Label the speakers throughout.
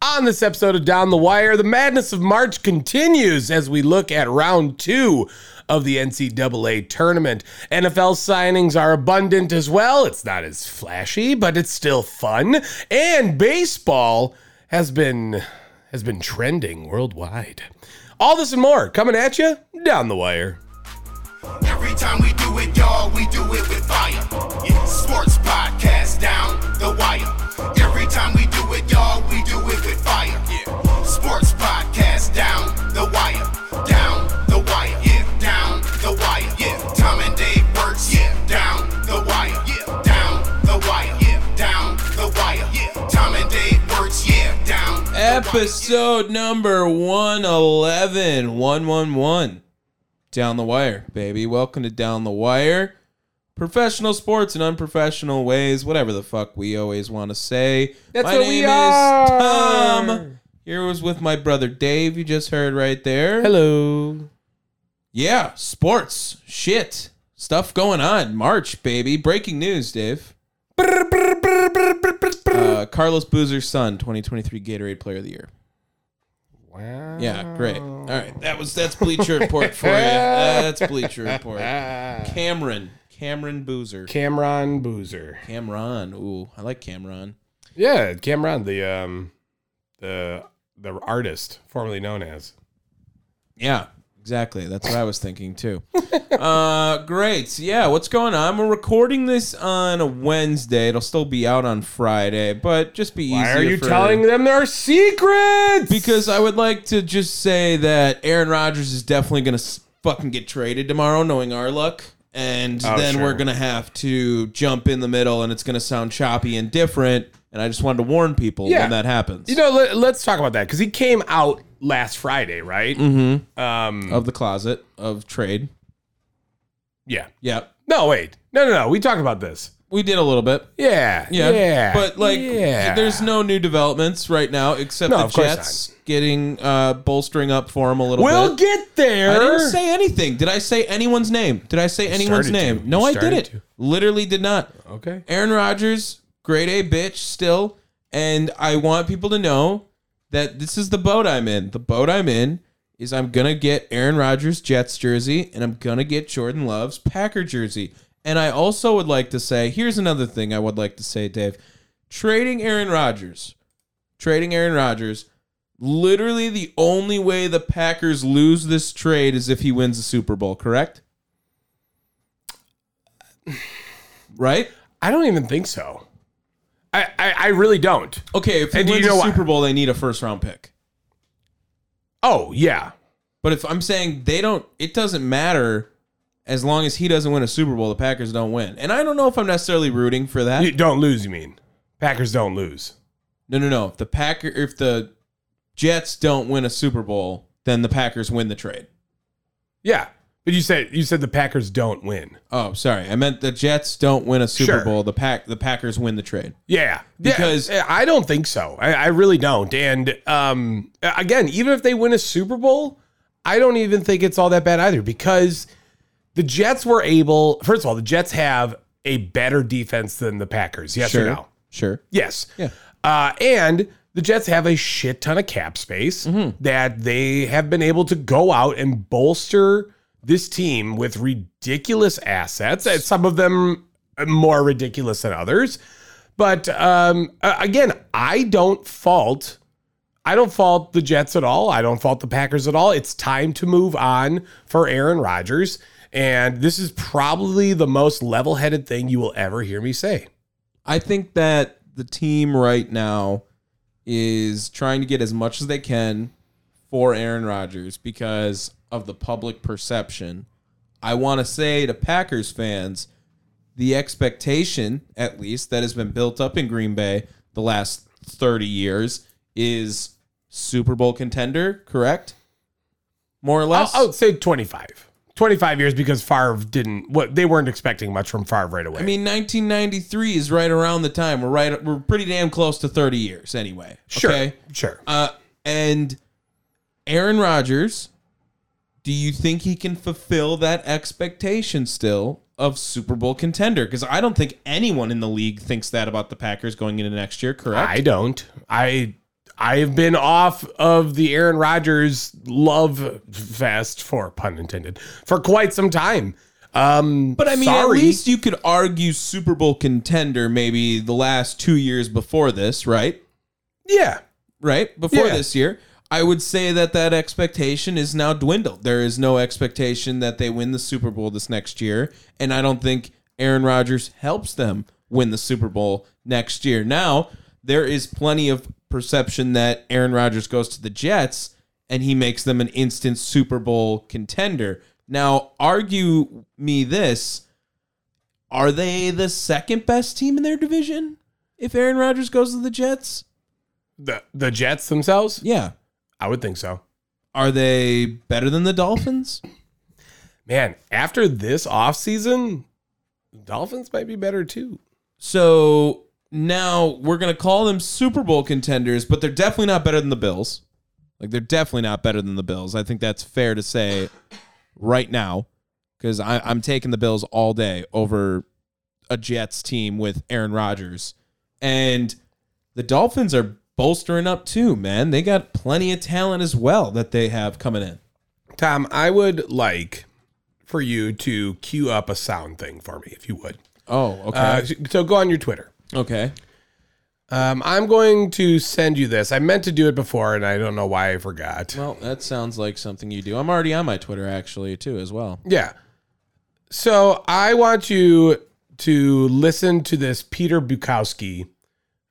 Speaker 1: On this episode of Down the Wire, the madness of March continues as we look at round two of the NCAA tournament. NFL signings are abundant as well. It's not as flashy, but it's still fun. And baseball has been has been trending worldwide. All this and more coming at you down the wire.
Speaker 2: Every time we do it, y'all, we do it with fire. Yeah, sports podcast down the wire. Every time we do it, y'all, we do it with fire. Yeah, sports podcast down the wire, down the wire, yeah, down the wire, yeah. Tom and Dave works, yeah, down the wire, yeah, down the wire, yeah, down the wire, yeah. Tom and Dave works, yeah, down. the wire,
Speaker 3: Episode number 111. 111. Down the wire, baby. Welcome to Down the Wire. Professional sports and unprofessional ways, whatever the fuck we always want to say.
Speaker 1: That's
Speaker 3: my
Speaker 1: what
Speaker 3: name
Speaker 1: we
Speaker 3: is
Speaker 1: are.
Speaker 3: Tom. Here was with my brother Dave, you just heard right there.
Speaker 1: Hello.
Speaker 3: Yeah, sports, shit, stuff going on. March, baby. Breaking news, Dave. Uh, Carlos Boozer's son, 2023 Gatorade Player of the Year.
Speaker 1: Wow.
Speaker 3: Yeah, great. All right, that was that's Bleacher Report for you. That's Bleacher Report. Cameron, Cameron Boozer,
Speaker 1: Cameron Boozer.
Speaker 3: Cameron. Ooh, I like Cameron.
Speaker 1: Yeah, Cameron, the um the the artist formerly known as.
Speaker 3: Yeah, exactly. That's what I was thinking too. uh, great. Yeah, what's going on? We're recording this on a Wednesday. It'll still be out on Friday, but just be
Speaker 1: Why
Speaker 3: easier.
Speaker 1: are you
Speaker 3: for-
Speaker 1: telling them their secrets?
Speaker 3: Because I would like to just say that Aaron Rodgers is definitely going to fucking get traded tomorrow, knowing our luck. And
Speaker 1: Oh,
Speaker 3: then
Speaker 1: sure.
Speaker 3: we're going to have to jump in the middle, and it's going to sound choppy and different. And I just wanted to warn people
Speaker 1: Yeah.
Speaker 3: when that happens
Speaker 1: you know, let, let's talk about that because he came out last Friday, right?
Speaker 3: Mm-hmm. of the closet of trade.
Speaker 1: Yeah.
Speaker 3: Yep.
Speaker 1: No, wait. No, no, no. We talked about this.
Speaker 3: We did a little bit.
Speaker 1: Yeah.
Speaker 3: Yeah. But like
Speaker 1: yeah.
Speaker 3: there's no new developments right now except
Speaker 1: No,
Speaker 3: the
Speaker 1: of course
Speaker 3: Jets getting uh bolstering up for him a little
Speaker 1: We'll
Speaker 3: bit.
Speaker 1: get there.
Speaker 3: I didn't say anything. Did I say anyone's name? Did I say anyone's
Speaker 1: started
Speaker 3: name?
Speaker 1: to.
Speaker 3: No,
Speaker 1: You
Speaker 3: I
Speaker 1: started
Speaker 3: didn't.
Speaker 1: to.
Speaker 3: Literally did not.
Speaker 1: Okay.
Speaker 3: Aaron Rodgers, grade A bitch still. And I want people to know that this is the boat I'm in. The boat I'm in is I'm gonna get Aaron Rodgers Jets jersey and I'm gonna get Jordan Love's Packer jersey. And I also would like to say, here's another thing I would like to say, Dave. Trading Aaron Rodgers, trading Aaron Rodgers, literally the only way the Packers lose this trade is if he wins the Super Bowl, correct? Right?
Speaker 1: I don't even think so. I, I, I really don't.
Speaker 3: Okay, if he
Speaker 1: And do
Speaker 3: wins
Speaker 1: you know
Speaker 3: the
Speaker 1: why?
Speaker 3: Super Bowl, they need a first round pick.
Speaker 1: Oh, yeah.
Speaker 3: But if I'm saying they don't, it doesn't matter as long as he doesn't win a Super Bowl, the Packers don't win. And I don't know if I'm necessarily rooting for that.
Speaker 1: You don't lose, you mean? Packers don't lose.
Speaker 3: No, no, no. If the Packer, if the Jets don't win a Super Bowl, then the Packers win the trade.
Speaker 1: Yeah. But you said you said the Packers don't win.
Speaker 3: Oh, sorry. I meant the Jets don't win a Super
Speaker 1: Sure.
Speaker 3: Bowl. The pack, the Packers win the trade.
Speaker 1: Yeah,
Speaker 3: Because-
Speaker 1: Yeah, I don't think so. I, I really don't. And um, again, even if they win a Super Bowl, I don't even think it's all that bad either because the Jets were able. First of all, the Jets have a better defense than the Packers. Yes
Speaker 3: sure,
Speaker 1: or no?
Speaker 3: sure.
Speaker 1: Yes.
Speaker 3: Yeah.
Speaker 1: Uh, and the Jets have a shit ton of cap space that they have been able to go out and bolster this team with ridiculous assets. and Some of them more ridiculous than others. But um, a- again, I don't fault. I don't fault the Jets at all. I don't fault the Packers at all. It's time to move on for Aaron Rodgers. And this is probably the most level headed thing you will ever hear me say.
Speaker 3: I think that the team right now is trying to get as much as they can for Aaron Rodgers because of the public perception. I want to say to Packers fans, the expectation, at least, that has been built up in Green Bay the last 30 years is Super Bowl contender, correct? More or
Speaker 1: I'll,
Speaker 3: less?
Speaker 1: I'll say 25. 25 years because Favre didn't what they weren't expecting much from Favre right away.
Speaker 3: I mean, 1993 is right around the time. We're right. We're pretty damn close to 30 years, anyway.
Speaker 1: sure.
Speaker 3: Okay?
Speaker 1: Sure.
Speaker 3: Uh, and Aaron Rodgers, do you think he can fulfill that expectation still of Super Bowl contender? Because I don't think anyone in the league thinks that about the Packers going into next year. Correct?
Speaker 1: I don't. I I've been off of the Aaron Rodgers love fest for pun intended for quite some time. Um,
Speaker 3: But I mean,
Speaker 1: sorry.
Speaker 3: at least you could argue Super Bowl contender maybe the last two years before this, right?
Speaker 1: yeah,
Speaker 3: Right? Before
Speaker 1: Yeah.
Speaker 3: this year. I would say that that expectation is now dwindled. There is no expectation that they win the Super Bowl this next year. And I don't think Aaron Rodgers helps them win the Super Bowl next year. Now, there is plenty of perception that Aaron Rodgers goes to the Jets and he makes them an instant Super Bowl contender. Now, argue me this are they the second best team in their division if Aaron Rodgers goes to the Jets?
Speaker 1: the the Jets themselves,
Speaker 3: Yeah.
Speaker 1: I would think so.
Speaker 3: Are they better than the Dolphins?
Speaker 1: Man, after this offseason, Dolphins might be better too.
Speaker 3: So now we're going to call them Super Bowl contenders, but they're definitely not better than the Bills. Like, they're definitely not better than the Bills. I think that's fair to say right now because I'm taking the Bills all day over a Jets team with Aaron Rodgers. And the Dolphins are bolstering up too, man. They got plenty of talent as well that they have coming in.
Speaker 1: Tom, I would like for you to queue up a sound thing for me, if you would.
Speaker 3: Oh, okay.
Speaker 1: Uh, so go on your Twitter.
Speaker 3: Uh, okay.
Speaker 1: Um, I'm going to send you this. I meant to do it before, and I don't know why I forgot.
Speaker 3: Well, that sounds like something you do. I'm already on my Twitter actually too as well.
Speaker 1: Yeah. So I want you to listen to this Peter Bukowski.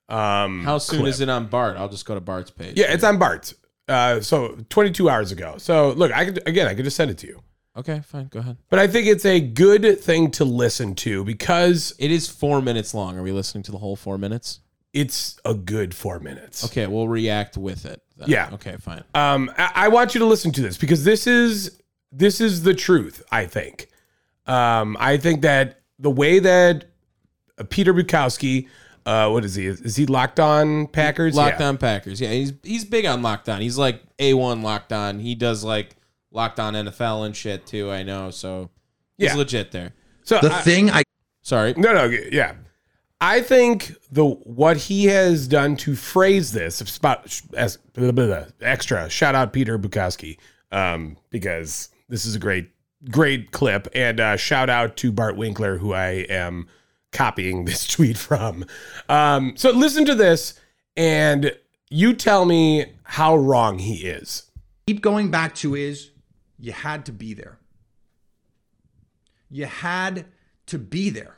Speaker 1: Um,
Speaker 3: How soon is it on Bart? I'll just go to Bart's page.
Speaker 1: yeah, it's on Bart's. Uh, so 22 hours ago. So look, I could again, I could just send it to you.
Speaker 3: Okay, fine. Go ahead.
Speaker 1: But I think it's a good thing to listen to because
Speaker 3: It is four minutes long. Are we listening to the whole four minutes?
Speaker 1: it's a good four minutes.
Speaker 3: Okay, we'll react with it. then.
Speaker 1: Yeah.
Speaker 3: Okay, fine.
Speaker 1: Um, I, I want you to listen to this because this is this is the truth. I think. Um, I think that the way that uh, Peter Bukowski, uh, what is he? Is he locked on Packers?
Speaker 3: Locked
Speaker 1: Yeah.
Speaker 3: on Packers. Yeah, he's he's big on locked on. He's like a one locked on. He does like locked on NFL and shit too. I know. So he's
Speaker 1: Yeah.
Speaker 3: legit there.
Speaker 1: So
Speaker 4: The
Speaker 1: I-
Speaker 4: thing I
Speaker 3: Sorry.
Speaker 1: No, no, yeah. I think the what he has done to phrase this spot as blah, blah, blah, extra shout out Peter Bukowski um, because this is a great great clip and uh, shout out to Bart Winkler who I am copying this tweet from. Um, so listen to this and you tell me how wrong he is.
Speaker 5: keep going back to is you had to be there. You had to be there.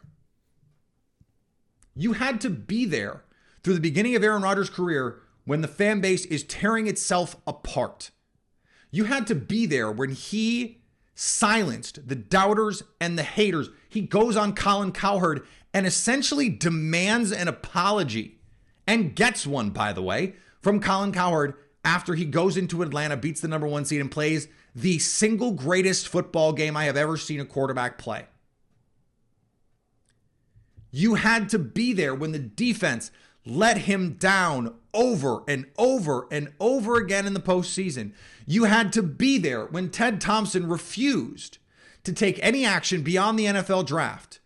Speaker 5: You had to be there through the beginning of Aaron Rodgers' career when the fan base is tearing itself apart. You had to be there when he silenced the doubters and the haters. He goes on Colin Cowherd and essentially demands an apology and gets one, by the way, from Colin Cowherd after he goes into Atlanta, beats the number one seed, and plays the single greatest football game I have ever seen a quarterback play. You had to be there when the defense let him down over and over and over again in the postseason. You had to be there when Ted Thompson refused to take any action beyond the NFL draft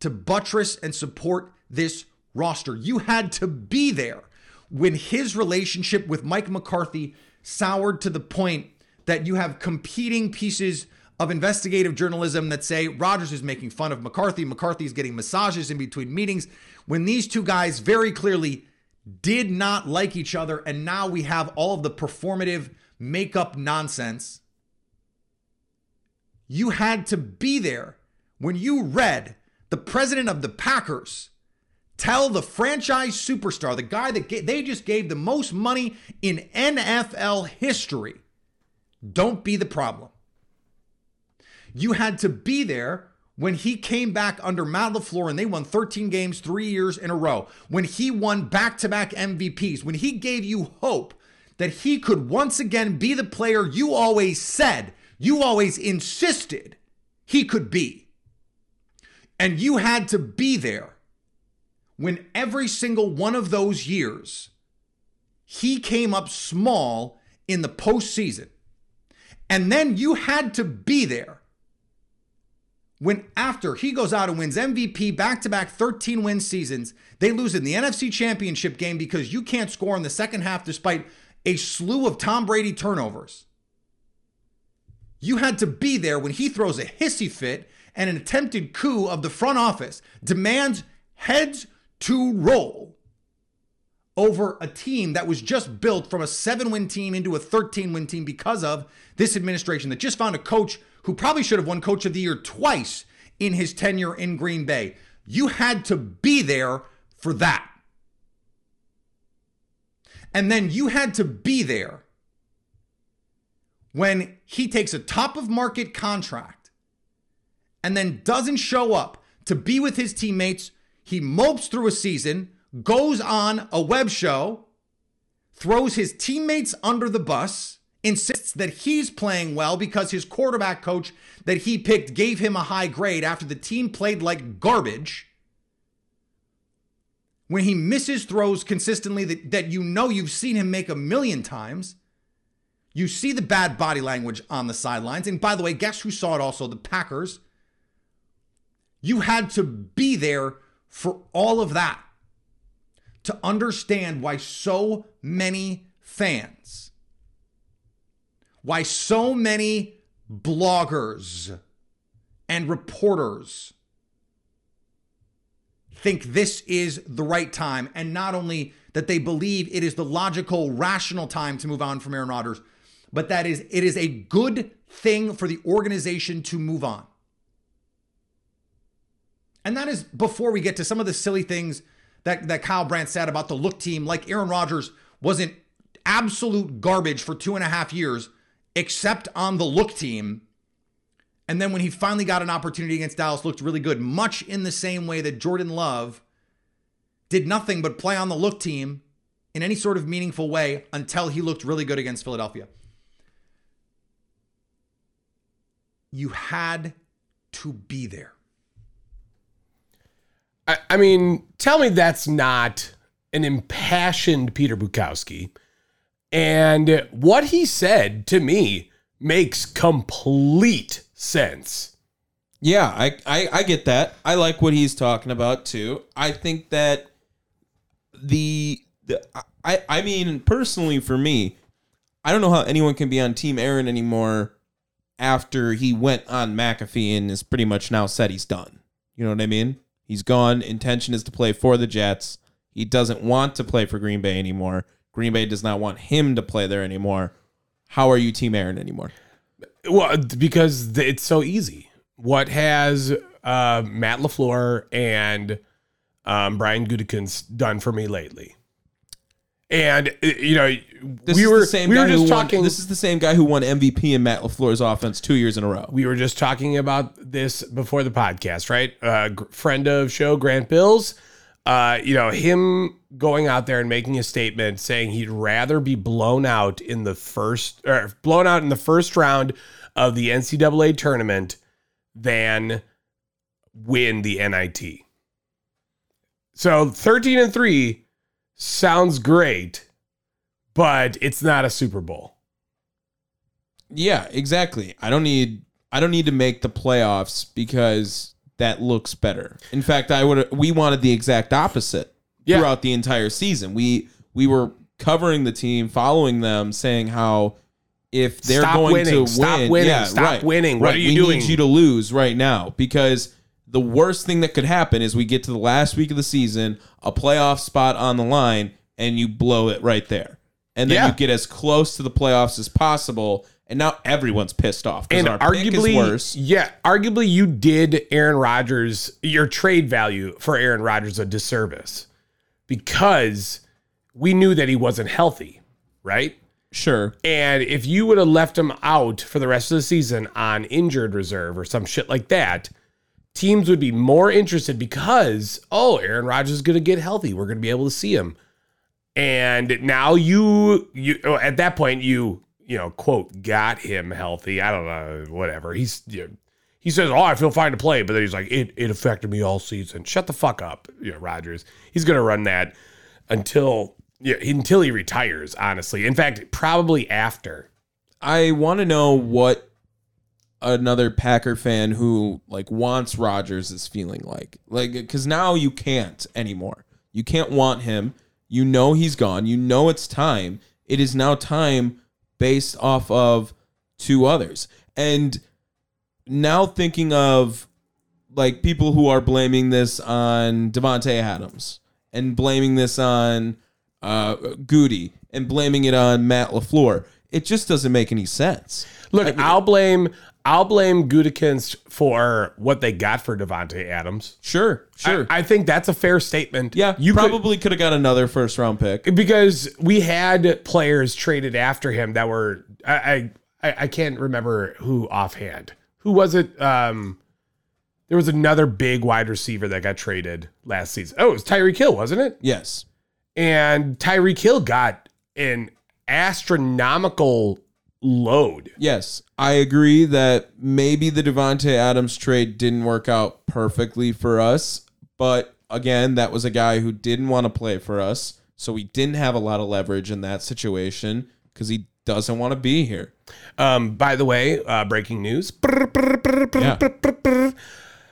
Speaker 5: to buttress and support this roster. You had to be there when his relationship with Mike McCarthy soured to the point that you have competing pieces of investigative journalism that say Rodgers is making fun of McCarthy, McCarthy is getting massages in between meetings, when these two guys very clearly did not like each other, and now we have all of the performative makeup nonsense you had to be there when you read the president of the Packers tell the franchise superstar, the guy that ga- they just gave the most money in NFL history, don't be the problem. You had to be there when he came back under Matt LaFleur and they won 13 games three years in a row, when he won back to back MVPs, when he gave you hope that he could once again be the player you always said, you always insisted he could be. And you had to be there when every single one of those years he came up small in the postseason. And then you had to be there when after he goes out and wins MVP back to back 13 win seasons, they lose in the NFC Championship game because you can't score in the second half despite a slew of Tom Brady turnovers. You had to be there when he throws a hissy fit and an attempted coup of the front office demands heads to roll over a team that was just built from a seven win team into a 13 win team because of this administration that just found a coach who probably should have won coach of the year twice in his tenure in Green Bay. You had to be there for that. And then you had to be there when he takes a top of market contract and then doesn't show up to be with his teammates. He mopes through a season, goes on a web show, throws his teammates under the bus, insists that he's playing well because his quarterback coach that he picked gave him a high grade after the team played like garbage. When he misses throws consistently that, that you know you've seen him make a million times. You see the bad body language on the sidelines. And by the way, guess who saw it also? The Packers. You had to be there for all of that to understand why so many fans, why so many bloggers and reporters think this is the right time. And not only that they believe it is the logical, rational time to move on from Aaron Rodgers, but that is it is a good thing for the organization to move on. And that is before we get to some of the silly things that, that Kyle Brandt said about the look team, like Aaron Rodgers wasn't absolute garbage for two and a half years, except on the look team. And then when he finally got an opportunity against Dallas, looked really good, much in the same way that Jordan Love did nothing but play on the look team in any sort of meaningful way until he looked really good against Philadelphia. You had to be there.
Speaker 1: I, I mean, tell me that's not an impassioned Peter Bukowski. And what he said to me makes complete sense.
Speaker 3: Yeah, I, I, I get that. I like what he's talking about too. I think that the, the I, I mean, personally for me, I don't know how anyone can be on Team Aaron anymore after he went on McAfee and is pretty much now said he's done. You know what I mean? He's gone. Intention is to play for the Jets. He doesn't want to play for Green Bay anymore. Green Bay does not want him to play there anymore. How are you Team Aaron anymore?
Speaker 1: Well, because th- it's so easy. What has uh, Matt LaFleur and um, Brian Gutekunst done for me lately? And, uh, you know,
Speaker 3: This
Speaker 1: we
Speaker 3: is
Speaker 1: were,
Speaker 3: the same
Speaker 1: we
Speaker 3: guy
Speaker 1: were just
Speaker 3: who
Speaker 1: talking.
Speaker 3: Won, this is the same guy who won MVP in Matt Lafleur's offense two years in a row.
Speaker 1: we were just talking about this before the podcast, right? Uh, gr- friend of show Grant Bills, uh, you know him going out there and making a statement saying he'd rather be blown out in the first or blown out in the first round of the NCAA tournament than win the NIT. So thirteen and three sounds great, but it's not a Super Bowl.
Speaker 3: Yeah, exactly. I don't need I don't need to make the playoffs because that looks better. In fact, I would we wanted the exact opposite
Speaker 1: Yeah.
Speaker 3: throughout the entire season. We we were covering the team, following them, saying how if they're
Speaker 1: Stop
Speaker 3: going
Speaker 1: winning,
Speaker 3: to
Speaker 1: stop
Speaker 3: win,
Speaker 1: winning,
Speaker 3: yeah,
Speaker 1: stop
Speaker 3: right,
Speaker 1: winning. What
Speaker 3: right.
Speaker 1: are you
Speaker 3: we
Speaker 1: doing?
Speaker 3: Need you to lose right now because the worst thing that could happen is we get to the last week of the season, a playoff spot on the line, and you blow it right there. And then
Speaker 1: Yeah.
Speaker 3: you get as close to the playoffs as possible, and now everyone's pissed off. 'cause
Speaker 1: and
Speaker 3: our pick is
Speaker 1: arguably,
Speaker 3: worse.
Speaker 1: yeah, arguably, you did Aaron Rodgers your trade value for Aaron Rodgers a disservice because we knew that he wasn't healthy, right?
Speaker 3: Sure,
Speaker 1: And if you would have left him out for the rest of the season on injured reserve or some shit like that, teams would be more interested because, oh, Aaron Rodgers is going to get healthy. We're going to be able to see him. And now you, you oh, at that point, you, you know, quote, got him healthy. I don't know, whatever. He's, you know, he says, oh, I feel fine to play. But then he's like, it, it affected me all season. Shut the fuck up, you know, Rodgers. He's going to run that until yeah, until he retires, honestly. In fact, probably after.
Speaker 3: I want to know what another Packer fan who like wants Rodgers is feeling like. Like because now you can't anymore. You can't want him. You know he's gone. You know it's time. It is now time based off of two others. And now thinking of like people who are blaming this on Devonte Adams and blaming this on uh, Goody and blaming it on Matt Lafleur. It just doesn't make any sense.
Speaker 1: Look, I'll blame I'll blame Gudikins for what they got for Devonte Adams.
Speaker 3: Sure, sure.
Speaker 1: I, I think that's a fair statement.
Speaker 3: yeah,
Speaker 1: you
Speaker 3: you
Speaker 1: could-
Speaker 3: probably could have got another first round pick.
Speaker 1: because we had players traded after him that were I I, I- I can't remember who offhand. Who was it? Um, there was another big wide receiver that got traded last season. Oh, it was Tyreek Hill, wasn't it?
Speaker 3: Yes.
Speaker 1: And Tyreek Hill got an astronomical load.
Speaker 3: Yes, I agree that maybe the Devonte Adams trade didn't work out perfectly for us, but again, that was a guy who didn't want to play for us, so we didn't have a lot of leverage in that situation because he doesn't want to be here.
Speaker 1: Um, by the way, uh, breaking news.
Speaker 3: Yeah.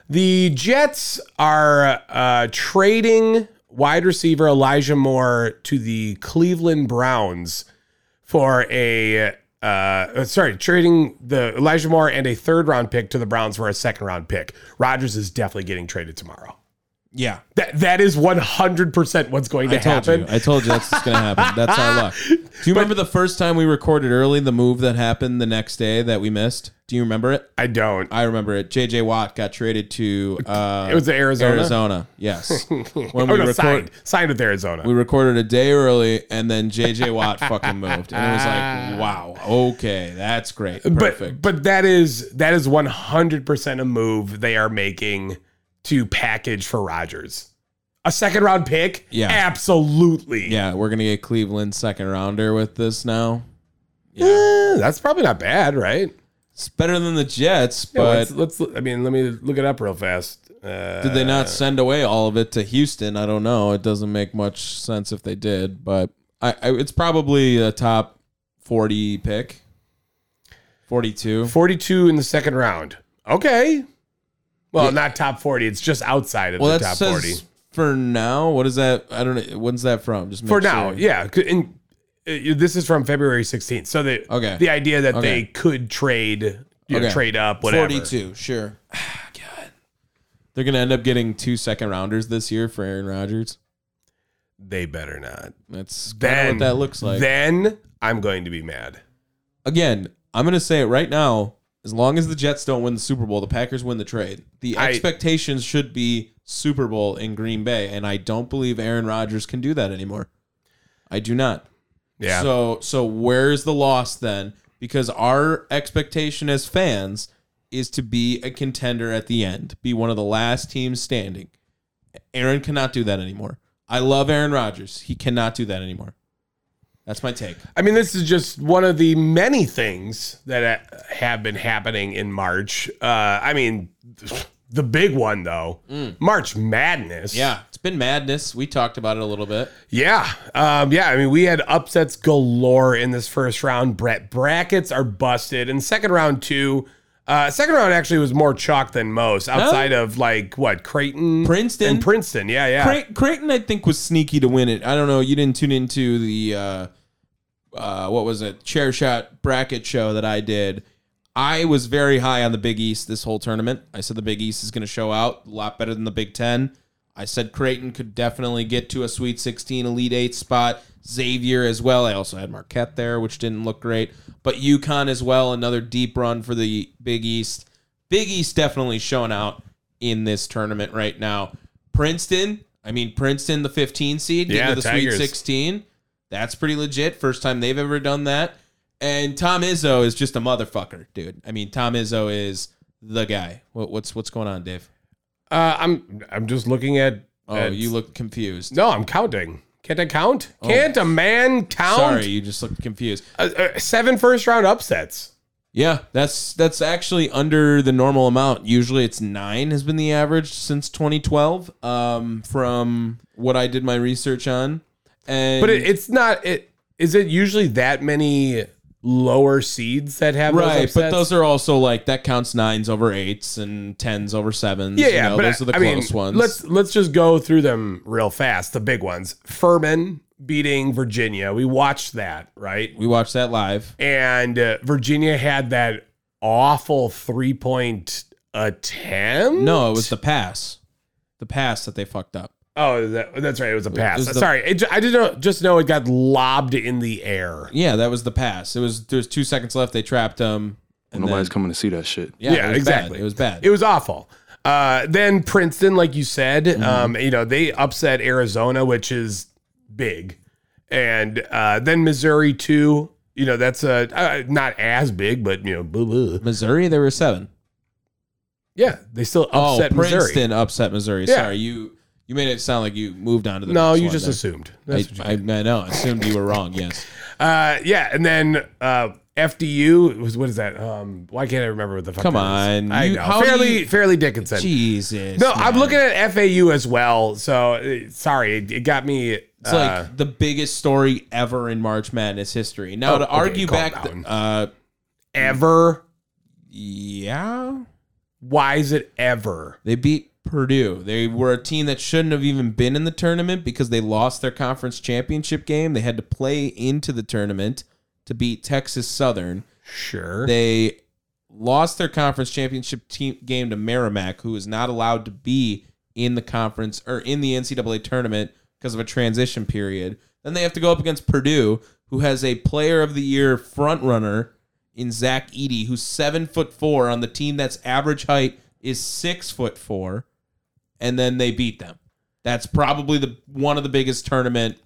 Speaker 1: The Jets are uh, trading wide receiver Elijah Moore to the Cleveland Browns for a uh, uh, sorry, trading the Elijah Moore and a third round pick to the Browns for a second round pick. Rodgers is definitely getting traded tomorrow.
Speaker 3: Yeah,
Speaker 1: That that is one hundred percent what's going to
Speaker 3: I told
Speaker 1: happen.
Speaker 3: you. I told you that's what's gonna happen. That's our luck. Do you remember the first time we recorded early? The move that happened the next day that we missed. Do you remember it?
Speaker 1: I don't.
Speaker 3: I remember it. J.J. Watt got traded to. Uh,
Speaker 1: It was Arizona.
Speaker 3: Arizona. Yes. When
Speaker 1: oh,
Speaker 3: we
Speaker 1: no,
Speaker 3: record-
Speaker 1: signed signed with Arizona.
Speaker 3: we recorded a day early, and then J.J. Watt fucking moved, and it was like, wow, okay, that's great, perfect.
Speaker 1: Ah. But but that is that is one hundred percent a move they are making to package for Rodgers. A second round pick?
Speaker 3: Yeah.
Speaker 1: Absolutely.
Speaker 3: yeah, we're gonna get Cleveland second rounder with this now.
Speaker 1: Eh, that's probably not bad, right?
Speaker 3: It's better than the Jets,
Speaker 1: Yeah,
Speaker 3: but
Speaker 1: let's, let's I mean, let me look it up real fast. Uh,
Speaker 3: did they not send away all of it to Houston? I don't know. It doesn't make much sense if they did, but I, I it's probably a top forty pick, forty-two.
Speaker 1: forty two in the second round. Okay. Well, not top forty. It's just outside of
Speaker 3: Well,
Speaker 1: the
Speaker 3: that
Speaker 1: top
Speaker 3: says
Speaker 1: forty.
Speaker 3: for now. What is that? I don't know. When's that from? Just make
Speaker 1: For now,
Speaker 3: sure.
Speaker 1: yeah. c- And uh, this is from February sixteenth. So the
Speaker 3: Okay.
Speaker 1: the idea that
Speaker 3: Okay.
Speaker 1: they could trade, you know,
Speaker 3: Okay.
Speaker 1: trade up, whatever.
Speaker 3: 42, sure. God. They're going to end up getting two second rounders this year for Aaron Rodgers.
Speaker 1: They better not.
Speaker 3: That's kind
Speaker 1: Then
Speaker 3: of what that looks like.
Speaker 1: Then I'm going to be mad.
Speaker 3: Again, I'm going to say it right now. As long as the Jets don't win the Super Bowl, the Packers win the trade. The
Speaker 1: I-
Speaker 3: expectations should be Super Bowl in Green Bay, and I don't believe Aaron Rodgers can do that anymore. I do not.
Speaker 1: Yeah.
Speaker 3: So so where's the loss then? Because our expectation as fans is to be a contender at the end, be one of the last teams standing. Aaron cannot do that anymore. I love Aaron Rodgers. He cannot do that anymore. That's my take.
Speaker 1: I mean, this is just one of the many things that uh, have been happening in March. Uh, I mean, the big one though, March Madness.
Speaker 3: Mm. Yeah, it's been madness. We talked about it a little bit.
Speaker 1: Yeah. Um, yeah. I mean, we had upsets galore in this first round. Brett brackets are busted. And second round, too. Uh, second round actually was more chalk than most outside of like what Creighton,
Speaker 3: Princeton.
Speaker 1: and Princeton. Yeah. Yeah.
Speaker 3: Cre- Creighton, I think, was sneaky to win it. I don't know. You didn't tune into the uh, uh, what was it chair shot bracket show that I did. I was very high on the Big East this whole tournament. I said the Big East is going to show out a lot better than the Big Ten. I said Creighton could definitely get to a Sweet 16, Elite Eight spot. Xavier as well. I also had Marquette there, which didn't look great. But UConn as well, another deep run for the Big East. Big East definitely showing out in this tournament right now. Princeton, I mean Princeton, the 15 seed, getting
Speaker 1: Yeah,
Speaker 3: to the
Speaker 1: Tigers.
Speaker 3: Sweet 16. That's pretty legit. First time they've ever done that. And Tom Izzo is just a motherfucker, dude. I mean, Tom Izzo is the guy. What, what's what's going on, Dave?
Speaker 1: Uh, I'm I'm just looking at.
Speaker 3: Oh,
Speaker 1: at-
Speaker 3: you look confused.
Speaker 1: No, I'm counting. Can't I count? Can't a man count?
Speaker 3: Oh. Sorry, you just looked confused.
Speaker 1: Uh, uh, seven first round upsets.
Speaker 3: Yeah, that's that's actually under the normal amount. Usually, it's nine has been the average since 2012. Um, from what I did my research on, and
Speaker 1: But it, it's not. It is it usually that many lower seeds that have those
Speaker 3: Right, but
Speaker 1: upsets.
Speaker 3: those are also like that counts nines over eights and tens over sevens.
Speaker 1: yeah,
Speaker 3: you
Speaker 1: yeah,
Speaker 3: know,
Speaker 1: but
Speaker 3: those are the
Speaker 1: I mean,
Speaker 3: close ones.
Speaker 1: Let's let's just go through them real fast. The big ones: Furman beating Virginia. We watched that, right?
Speaker 3: we watched that live.
Speaker 1: And uh, Virginia had that awful three point attempt.
Speaker 3: No, it was the pass, the pass that they fucked up.
Speaker 1: Oh, that, that's right. It was a pass.
Speaker 3: was the-
Speaker 1: Sorry, it, ju- I didn't know, just know it got lobbed in the air.
Speaker 3: Yeah, that was the pass. It was there was two seconds left. They trapped him. And
Speaker 4: Nobody's
Speaker 3: then-
Speaker 4: coming to see that shit.
Speaker 3: yeah,
Speaker 1: Yeah,
Speaker 3: it was
Speaker 1: exactly.
Speaker 3: Bad. It was bad.
Speaker 1: It was awful. Uh, then Princeton, like you said,
Speaker 3: Mm-hmm.
Speaker 1: um, you know they upset Arizona, which is big, and uh, then Missouri too. You know that's uh, uh, not as big, but you know, blah, blah.
Speaker 3: Missouri, there were seven.
Speaker 1: yeah, they still upset
Speaker 3: oh, Princeton
Speaker 1: Missouri.
Speaker 3: upset Missouri.
Speaker 1: Yeah.
Speaker 3: Sorry, you you made it sound like you moved on to the.
Speaker 1: No,
Speaker 3: next
Speaker 1: you
Speaker 3: one
Speaker 1: just
Speaker 3: there.
Speaker 1: assumed. That's what you
Speaker 3: I, I, I know. I assumed you were wrong. Yes,
Speaker 1: Uh, yeah, and then uh, FDU was what is that? Um, why can't I remember what the fuck?
Speaker 3: Come
Speaker 1: that is?
Speaker 3: on,
Speaker 1: I
Speaker 3: you-
Speaker 1: know.
Speaker 3: how do
Speaker 1: Fairly,
Speaker 3: you-
Speaker 1: Fairly Dickinson.
Speaker 3: Jesus.
Speaker 1: no, I'm
Speaker 3: man.
Speaker 1: looking at FAU as well. So uh, sorry, it, it got me.
Speaker 3: It's
Speaker 1: uh,
Speaker 3: like the biggest story ever in March Madness history. Now
Speaker 1: Oh,
Speaker 3: to
Speaker 1: okay,
Speaker 3: argue
Speaker 1: calm
Speaker 3: back, th-
Speaker 1: down.
Speaker 3: uh,
Speaker 1: ever.
Speaker 3: yeah,
Speaker 1: Why is it ever?
Speaker 3: they beat Purdue. They were a team that shouldn't have even been in the tournament because they lost their conference championship game. They had to play into the tournament to beat Texas Southern.
Speaker 1: Sure.
Speaker 3: They lost their conference championship team game to Merrimack, who is not allowed to be in the conference or in the NCAA tournament because of a transition period. Then they have to go up against Purdue, who has a player of the year front runner in Zach Eady, who's seven foot four on the team that's average height is six foot four, and then they beat them. That's probably the one of the biggest tournament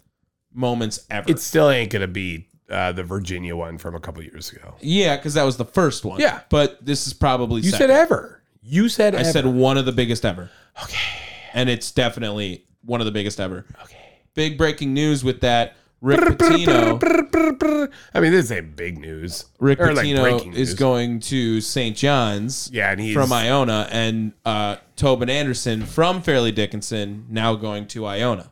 Speaker 3: moments ever.
Speaker 1: it still ain't gonna be uh, the Virginia one from a couple years ago.
Speaker 3: yeah, because that was the first one.
Speaker 1: Yeah.
Speaker 3: but this is probably
Speaker 1: You
Speaker 3: second.
Speaker 1: said ever. You said
Speaker 3: I
Speaker 1: ever.
Speaker 3: said one of the biggest ever. Okay. And it's definitely one of the biggest ever. Okay. Big breaking news with that. Rick Pitino,
Speaker 1: I mean, this ain't big news.
Speaker 3: Rick
Speaker 1: Or, like,
Speaker 3: Pitino
Speaker 1: breaking
Speaker 3: is
Speaker 1: news.
Speaker 3: going to St. John's
Speaker 1: Yeah, and he's
Speaker 3: from Iona, and uh, Tobin Anderson from Fairleigh Dickinson now going to Iona.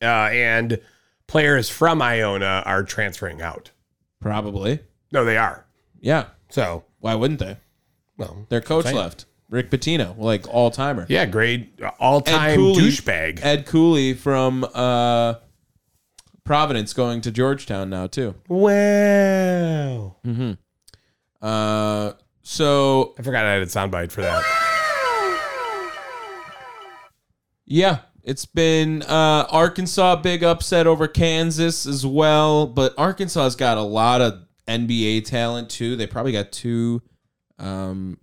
Speaker 1: uh, and players from Iona are transferring out.
Speaker 3: Probably.
Speaker 1: No, they are.
Speaker 3: Yeah.
Speaker 1: So,
Speaker 3: Why wouldn't they?
Speaker 1: well,
Speaker 3: Their coach
Speaker 1: Same.
Speaker 3: left. Rick Pitino, like all timer.
Speaker 1: yeah, great all time
Speaker 3: Cooley-
Speaker 1: douchebag.
Speaker 3: Ed Cooley from uh, Providence going to Georgetown now, too.
Speaker 1: Wow.
Speaker 3: Uh, so
Speaker 1: I forgot I had a soundbite for that.
Speaker 3: yeah, it's been uh, Arkansas big upset over Kansas as well, but Arkansas's got a lot of NBA talent too. They probably got two um,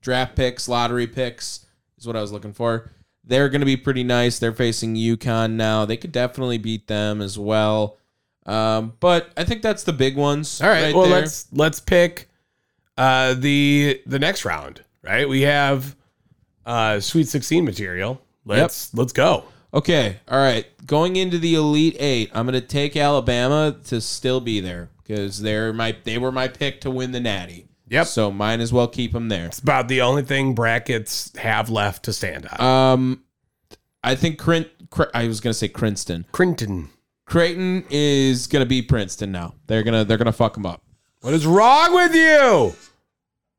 Speaker 3: draft picks, lottery picks is what I was looking for. They're going to be pretty nice. They're facing UConn now. They could definitely beat them as well. Um, but I think that's the big ones.
Speaker 1: All right, well
Speaker 3: there.
Speaker 1: let's let's pick uh, the the next round. Right, we have uh, Sweet Sixteen material. Let's let's go.
Speaker 3: Okay. All right. Going into the Elite Eight, I'm going to take Alabama to still be there because they're my they were my pick to win the Natty.
Speaker 1: Yep.
Speaker 3: So might as well keep them there.
Speaker 1: It's about the only thing brackets have left to stand on.
Speaker 3: Um, I think Crin- Cr- I was going to say Princeton.
Speaker 1: Crinton,
Speaker 3: Creighton is going to be Princeton now. They're gonna they're gonna fuck them up.
Speaker 1: what is wrong with you?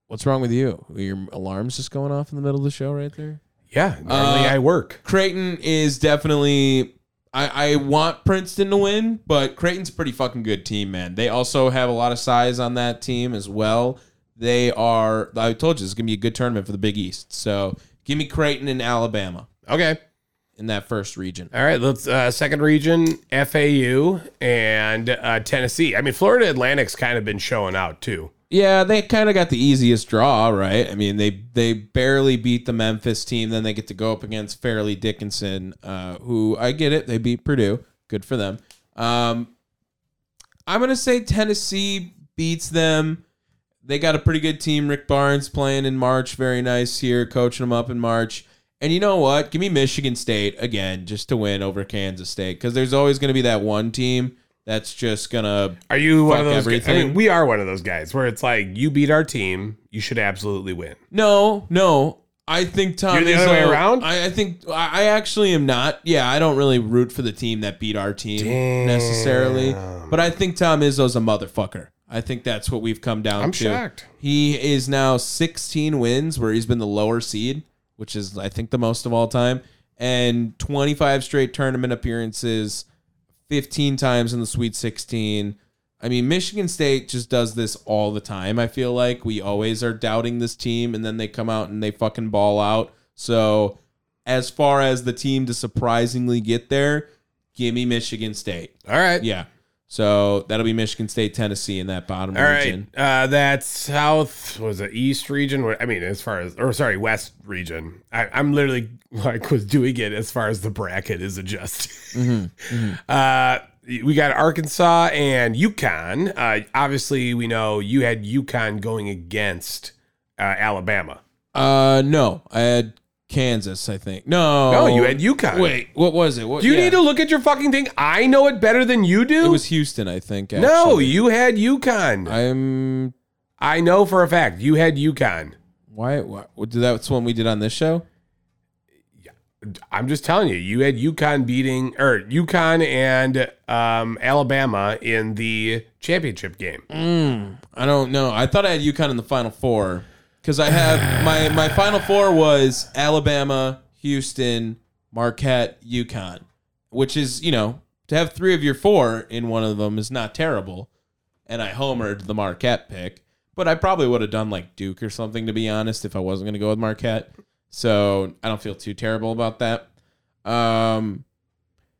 Speaker 3: What's wrong with you? Are Your alarm's just going off in the middle of the show right there.
Speaker 1: Yeah, normally
Speaker 3: Uh,
Speaker 1: I work.
Speaker 3: Creighton is definitely. I, I want Princeton to win, but Creighton's a pretty fucking good team, man. They also have a lot of size on that team as well. They are. I told you this is gonna be a good tournament for the Big East. So give me Creighton and Alabama
Speaker 1: Okay,
Speaker 3: in that first region.
Speaker 1: all right. Let's uh, second region FAU and uh, Tennessee. I mean, Florida Atlantic's kind of been showing out too.
Speaker 3: Yeah, they kind of got the easiest draw, right? I mean, they they barely beat the Memphis team. Then they get to go up against Fairleigh Dickinson, uh, who I get it. They beat Purdue. Good for them. Um, I'm gonna say Tennessee beats them. They got a pretty good team. Rick Barnes playing in March, very nice here, coaching them up in March. And you know what? Give me Michigan State again, just to win over Kansas State, because there's always gonna be that one team that's just gonna
Speaker 1: Are you one
Speaker 3: Fuck
Speaker 1: of those? Guys? I
Speaker 3: everything.
Speaker 1: mean, we are one of those guys where it's like you beat our team, you should absolutely win.
Speaker 3: No, no. I think Tom.
Speaker 1: You're the other
Speaker 3: Izzo-
Speaker 1: way around?
Speaker 3: I, I think I I actually am not. Yeah, I don't really root for the team that beat our team necessarily, but I think Tom Izzo's a motherfucker. I think that's what we've come down
Speaker 1: I'm
Speaker 3: to.
Speaker 1: shocked.
Speaker 3: He is now 16 wins, where he's been the lower seed, which is I think the most of all time, and 25 straight tournament appearances, 15 times in the Sweet 16. I mean, Michigan State just does this all the time. I feel like we always are doubting this team, and then they come out and they fucking ball out. So, as far as the team to surprisingly get there, give me Michigan State.
Speaker 1: All right.
Speaker 3: Yeah. So that'll be Michigan State, Tennessee in that bottom
Speaker 1: All right.
Speaker 3: region.
Speaker 1: Uh, that South was it East region. What- I mean, as far as or sorry, West region. I, I'm literally like was doing it as far as the bracket is adjusted.
Speaker 3: Mm-hmm,
Speaker 1: Uh, we got Arkansas and Yukon. Uh, obviously, we know you had Yukon going against uh, Alabama.
Speaker 3: Uh, no, I had Kansas. I think no.
Speaker 1: Oh, you had UConn.
Speaker 3: Wait, what was it? What,
Speaker 1: Do you
Speaker 3: yeah.
Speaker 1: need to look at your fucking thing? I know it better than you do.
Speaker 3: It was Houston, I think. Actually.
Speaker 1: no, you had Yukon. I,
Speaker 3: I'm.
Speaker 1: know for a fact you had Yukon.
Speaker 3: Why? why what, that's one we did on this show.
Speaker 1: I'm just telling you, you had UConn beating or UConn and um, Alabama in the championship game.
Speaker 3: I don't know. I thought I had UConn in the Final Four because I have my my Final Four was Alabama, Houston, Marquette, UConn, which is you know to have three of your four in one of them is not terrible. And I homered the Marquette pick, but I probably would have done like Duke or something to be honest if I wasn't going to go with Marquette. So I don't feel too terrible about that. Um,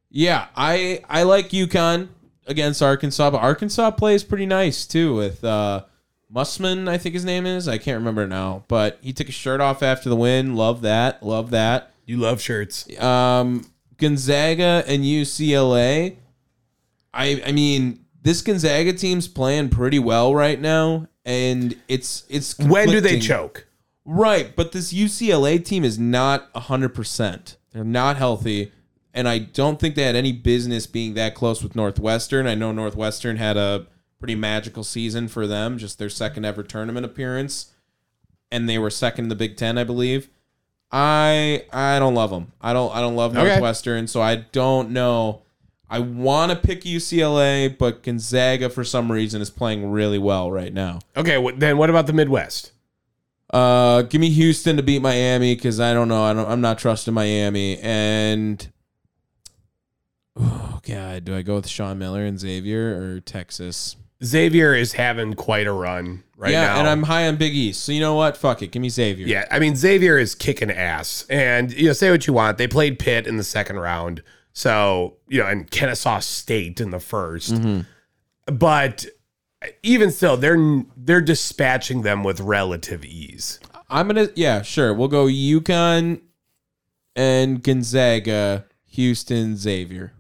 Speaker 3: yeah, I I like UConn against Arkansas, but Arkansas plays pretty nice too with uh, Musman, I think his name is. I can't remember now, but he took his shirt off after the win. Love that. Love that.
Speaker 1: You love shirts.
Speaker 3: Um, Gonzaga and UCLA. I I mean this Gonzaga team's playing pretty well right now, and it's it's
Speaker 1: When do they
Speaker 3: conflicting.
Speaker 1: choke?
Speaker 3: Right, but this UCLA team is not 100%. They're not healthy, and I don't think they had any business being that close with Northwestern. I know Northwestern had a pretty magical season for them, just their second ever tournament appearance, and they were second in the Big 10, I believe. I I don't love them. I don't I don't love
Speaker 1: Okay.
Speaker 3: Northwestern, so I don't know. I want to pick UCLA, but Gonzaga for some reason is playing really well right now.
Speaker 1: Okay, wh- then what about the Midwest?
Speaker 3: Uh, give me Houston to beat Miami because I don't know. I don't. I'm not trusting Miami. And oh god, do I go with Sean Miller and Xavier or Texas?
Speaker 1: Xavier is having quite a run right
Speaker 3: yeah,
Speaker 1: now.
Speaker 3: and I'm high on Big East. So you know what? Fuck it. Give me Xavier.
Speaker 1: yeah, I mean Xavier is kicking ass, and you know say what you want. They played Pitt in the second round, so you know, and Kennesaw State in the 1st
Speaker 3: Mm-hmm.
Speaker 1: But even still, they're they're dispatching them with relative ease.
Speaker 3: I'm gonna. Yeah, sure. We'll go Yukon and Gonzaga, Houston, Xavier.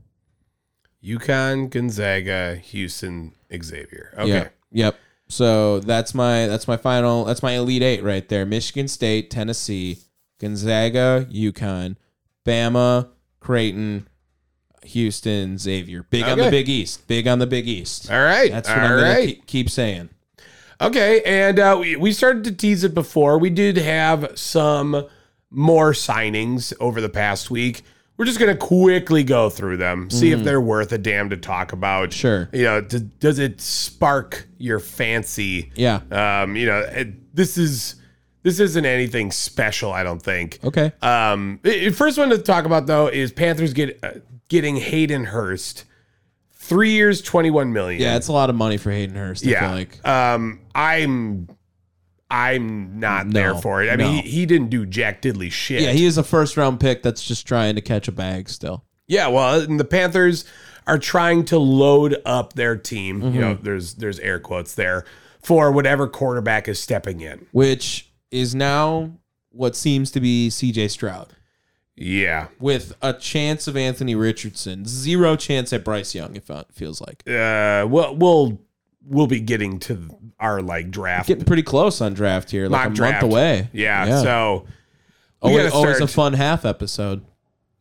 Speaker 1: Yukon, Gonzaga, Houston, Xavier. Okay.
Speaker 3: Yeah. Yep. So that's my that's my final that's my elite eight right there. Michigan State, Tennessee, Gonzaga, Yukon, Bama, Creighton, Houston, Xavier. Big on the
Speaker 1: Okay.
Speaker 3: Big East. Big on the Big East.
Speaker 1: All right.
Speaker 3: That's
Speaker 1: That's
Speaker 3: what
Speaker 1: All
Speaker 3: I'm gonna
Speaker 1: right.
Speaker 3: keep, keep saying.
Speaker 1: Okay. And uh, we, we started to tease it before. We did have some more signings over the past week. We're just going to quickly go through them, see if they're worth a damn to talk about.
Speaker 3: Mm-hmm. Sure.
Speaker 1: You know, d- does it spark your fancy?
Speaker 3: Yeah.
Speaker 1: Um, you know, it, this is this isn't anything special, I don't think.
Speaker 3: Okay.
Speaker 1: Um, i- first one to talk about though is Panthers get uh, getting Hayden Hurst, three years, twenty one million.
Speaker 3: Yeah, it's a lot of money for Hayden Hurst, I feel like.
Speaker 1: Um, I'm, I'm not there for it. I mean,
Speaker 3: no.
Speaker 1: he, he didn't do jack diddly shit.
Speaker 3: Yeah, he is a first round pick that's just trying to catch a bag still.
Speaker 1: Yeah, well, and the Panthers are trying to load up their team.
Speaker 3: Mm-hmm.
Speaker 1: You know, there's there's air quotes there for whatever quarterback is stepping in.
Speaker 3: Which is now what seems to be CJ Stroud.
Speaker 1: Yeah.
Speaker 3: with a chance of Anthony Richardson, zero chance at Bryce Young. If it feels like
Speaker 1: Uh. Well, we'll we'll be getting to our like draft.
Speaker 3: getting pretty close on draft here, like
Speaker 1: mock
Speaker 3: a
Speaker 1: draft.
Speaker 3: month away.
Speaker 1: Yeah,
Speaker 3: Yeah.
Speaker 1: So we
Speaker 3: always,
Speaker 1: gotta
Speaker 3: always a
Speaker 1: start-
Speaker 3: fun half episode.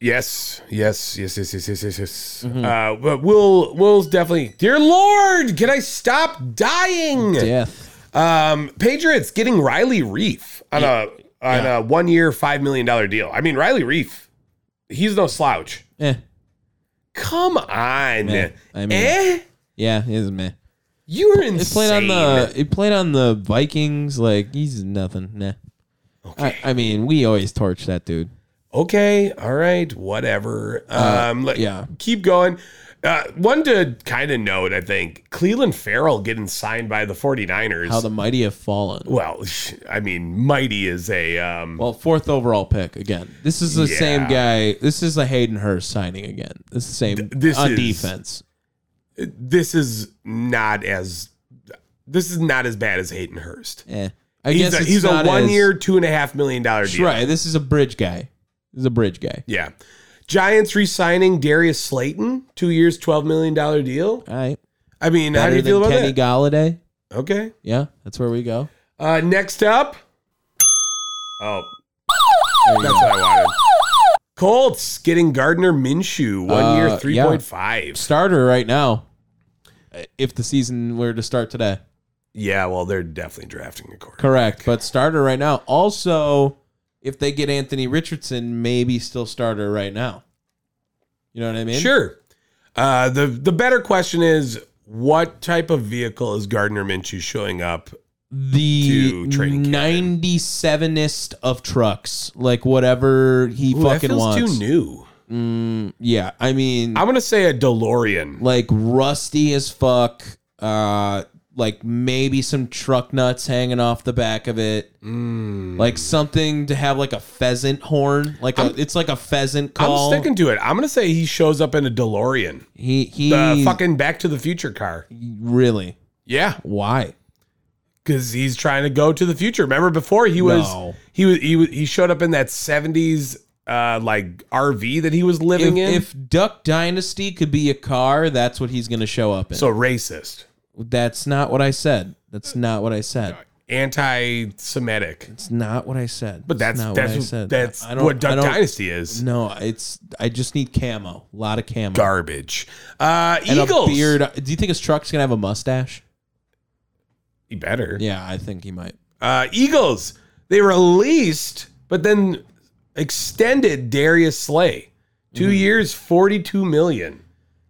Speaker 1: yes, yes, yes, yes, yes, yes, yes, yes.
Speaker 3: Mm-hmm.
Speaker 1: Uh, but we'll we'll definitely. Dear Lord, can I stop dying?
Speaker 3: Death.
Speaker 1: Um, Patriots getting Riley Reef on a on a one year, $5 million deal. I mean, Riley Reef, he's no slouch.
Speaker 3: Eh.
Speaker 1: Come on.
Speaker 3: Meh. I mean-
Speaker 1: eh?
Speaker 3: Yeah, he's meh.
Speaker 1: You were insane.
Speaker 3: He played on the he played on the Vikings. Like he's nothing. Nah.
Speaker 1: Okay.
Speaker 3: I, I mean, we always torch that dude.
Speaker 1: okay, all right, whatever. Um, let-
Speaker 3: Uh, yeah.
Speaker 1: keep going. Uh, one to kind of note, I think, Cleveland Farrell getting signed by the 49ers.
Speaker 3: How the mighty have fallen.
Speaker 1: well, I mean, mighty is a um,
Speaker 3: Well, fourth overall pick again. This is the
Speaker 1: Yeah.
Speaker 3: same guy. This is a Hayden Hurst signing again. This is the same
Speaker 1: this
Speaker 3: on
Speaker 1: is-
Speaker 3: defense.
Speaker 1: this is not as this is not as bad as Hayden Hurst.
Speaker 3: Eh. I
Speaker 1: He's
Speaker 3: guess
Speaker 1: a,
Speaker 3: it's
Speaker 1: he's a
Speaker 3: not
Speaker 1: one
Speaker 3: as-
Speaker 1: year, two and a half million dollar deal.
Speaker 3: Right. This is a bridge guy. This is a bridge guy.
Speaker 1: Yeah. Giants re-signing Darius Slayton, two years, twelve million dollar deal.
Speaker 3: All right.
Speaker 1: I mean, how
Speaker 3: Better
Speaker 1: do you feel
Speaker 3: than
Speaker 1: about
Speaker 3: Kenny
Speaker 1: that?
Speaker 3: Galladay.
Speaker 1: okay.
Speaker 3: Yeah, that's where we go.
Speaker 1: Uh, next up. Oh, that's what I wanted. Colts getting Gardner Minshew one year,
Speaker 3: Uh,
Speaker 1: three
Speaker 3: yeah.
Speaker 1: point five.
Speaker 3: Starter right now. eh, If the season were to start today.
Speaker 1: Yeah, well, they're definitely drafting a quarterback.
Speaker 3: Correct. But starter right now. Also, if they get Anthony Richardson, maybe still starter right now. You know what I mean?
Speaker 1: Sure. Uh, the the better question is, what type of vehicle is Gardner Minshew showing up?
Speaker 3: The
Speaker 1: To training camp.
Speaker 3: 97ist of trucks. Like whatever he
Speaker 1: Ooh, that
Speaker 3: fucking
Speaker 1: feels
Speaker 3: wants. Mm,
Speaker 1: too new.
Speaker 3: Yeah. I mean,
Speaker 1: I'm gonna say a DeLorean.
Speaker 3: like rusty as fuck. Uh, like maybe some truck nuts hanging off the back of it.
Speaker 1: Mm.
Speaker 3: Like something to have like a pheasant horn. Like a, it's like a pheasant
Speaker 1: I'm
Speaker 3: call.
Speaker 1: sticking to it. I'm gonna say he shows up in a DeLorean,
Speaker 3: He he
Speaker 1: the fucking Back to the Future car.
Speaker 3: really
Speaker 1: Yeah,
Speaker 3: why?
Speaker 1: because he's trying to go to the future. Remember before he was
Speaker 3: No.
Speaker 1: he was he was, he showed up in that '70s uh like RV that he was
Speaker 3: If,
Speaker 1: living in.
Speaker 3: if Duck Dynasty could be a car, that's what he's going to show up in.
Speaker 1: so racist,
Speaker 3: that's not what I said. That's not what I said.
Speaker 1: anti-Semitic.
Speaker 3: It's not what I said.
Speaker 1: But that's
Speaker 3: It's not
Speaker 1: that's
Speaker 3: what I
Speaker 1: what
Speaker 3: said.
Speaker 1: that's
Speaker 3: I don't-
Speaker 1: what
Speaker 3: I
Speaker 1: Duck
Speaker 3: don't-
Speaker 1: Dynasty is.
Speaker 3: No, it's I just need camo, a lot of camo,
Speaker 1: Garbage. Uh,
Speaker 3: and
Speaker 1: Eagles.
Speaker 3: a beard. Do you think his truck's gonna have a mustache?
Speaker 1: He better.
Speaker 3: Yeah, I think he might.
Speaker 1: Uh, Eagles. They released, but then extended Darius Slay.
Speaker 3: Mm-hmm.
Speaker 1: 2 years, forty-two million.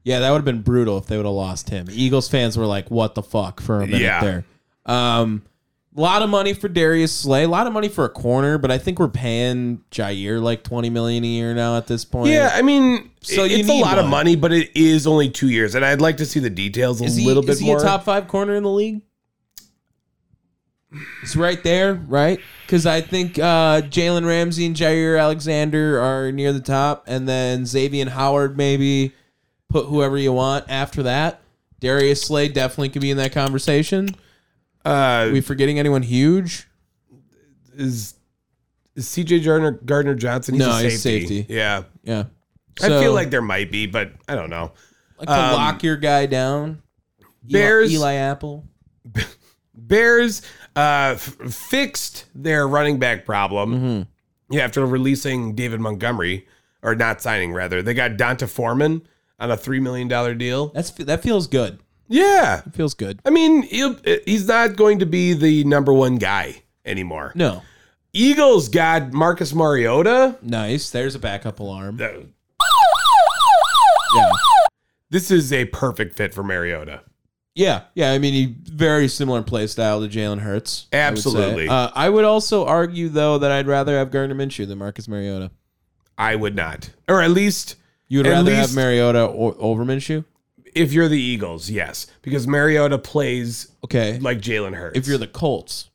Speaker 3: Yeah, that would have been brutal if they would have lost him. Eagles fans were like, "What the fuck?" for a minute
Speaker 1: Yeah.
Speaker 3: there. Um, a lot of money for Darius Slay, a lot of money for a corner, but I think we're paying Jair like twenty million a year now at this point.
Speaker 1: Yeah, I mean,
Speaker 3: So
Speaker 1: so
Speaker 3: you
Speaker 1: it's a
Speaker 3: need
Speaker 1: lot of
Speaker 3: one.
Speaker 1: money, but it is only two years, and I'd like to see the details a
Speaker 3: is he,
Speaker 1: little bit
Speaker 3: is he
Speaker 1: more.
Speaker 3: a top five corner in the league? It's right there, right? Because I think uh, Jalen Ramsey and Jair Alexander are near the top, and then Xavier Howard maybe put whoever you want after that. Darius Slay definitely could be in that conversation.
Speaker 1: uh,
Speaker 3: Are we forgetting anyone huge?
Speaker 1: is is CJ Gardner Gardner Johnson? He's
Speaker 3: No,
Speaker 1: a
Speaker 3: he's
Speaker 1: safety.
Speaker 3: safety.
Speaker 1: Yeah,
Speaker 3: Yeah.
Speaker 1: I
Speaker 3: So,
Speaker 1: feel like there might be, but I don't know.
Speaker 3: like to lock your guy down. Eli-
Speaker 1: Bears-
Speaker 3: Eli, Apple.
Speaker 1: Bears uh, f- fixed their running back problem. Yeah, after releasing David Montgomery or not signing, rather, they got Donta Foreman on a three million dollar deal.
Speaker 3: That's that feels good.
Speaker 1: Yeah,
Speaker 3: Feels good.
Speaker 1: I mean, he'll, uh, he's not going to be the number one guy anymore.
Speaker 3: No,
Speaker 1: Eagles got Marcus Mariota.
Speaker 3: nice. There's a backup alarm.
Speaker 1: Uh,
Speaker 3: Yeah,
Speaker 1: This is a perfect fit for Mariota.
Speaker 3: yeah, yeah. I mean, he very similar play style to Jalen Hurts. I would say.
Speaker 1: Absolutely.
Speaker 3: Uh, I would also argue though that I'd rather have Gardner Minshew than Marcus Mariota.
Speaker 1: I would not, or at least
Speaker 3: You would
Speaker 1: At
Speaker 3: rather have
Speaker 1: least-
Speaker 3: Mariota or, over Minshew?
Speaker 1: if you're the Eagles, yes, because Mariota plays
Speaker 3: Okay.
Speaker 1: like Jalen Hurts.
Speaker 3: If you're the Colts,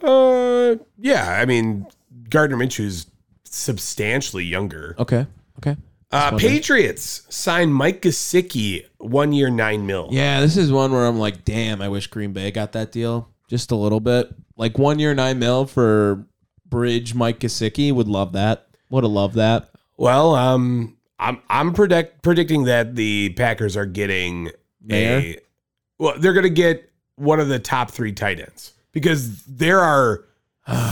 Speaker 1: Uh, yeah. I mean, Gardner Minshew's substantially younger.
Speaker 3: okay, okay.
Speaker 1: Uh, Patriots signed Mike Gesicki one year nine mil.
Speaker 3: Yeah, this is one where I'm like, damn, I wish Green Bay got that deal just a little bit. Like one year nine mil for Bridge Mike Gesicki would love that. Would have loved that.
Speaker 1: Well, um, I'm I'm predict, predicting that the Packers are getting
Speaker 3: Mayer?
Speaker 1: a well, they're going to get one of the top three tight ends because there are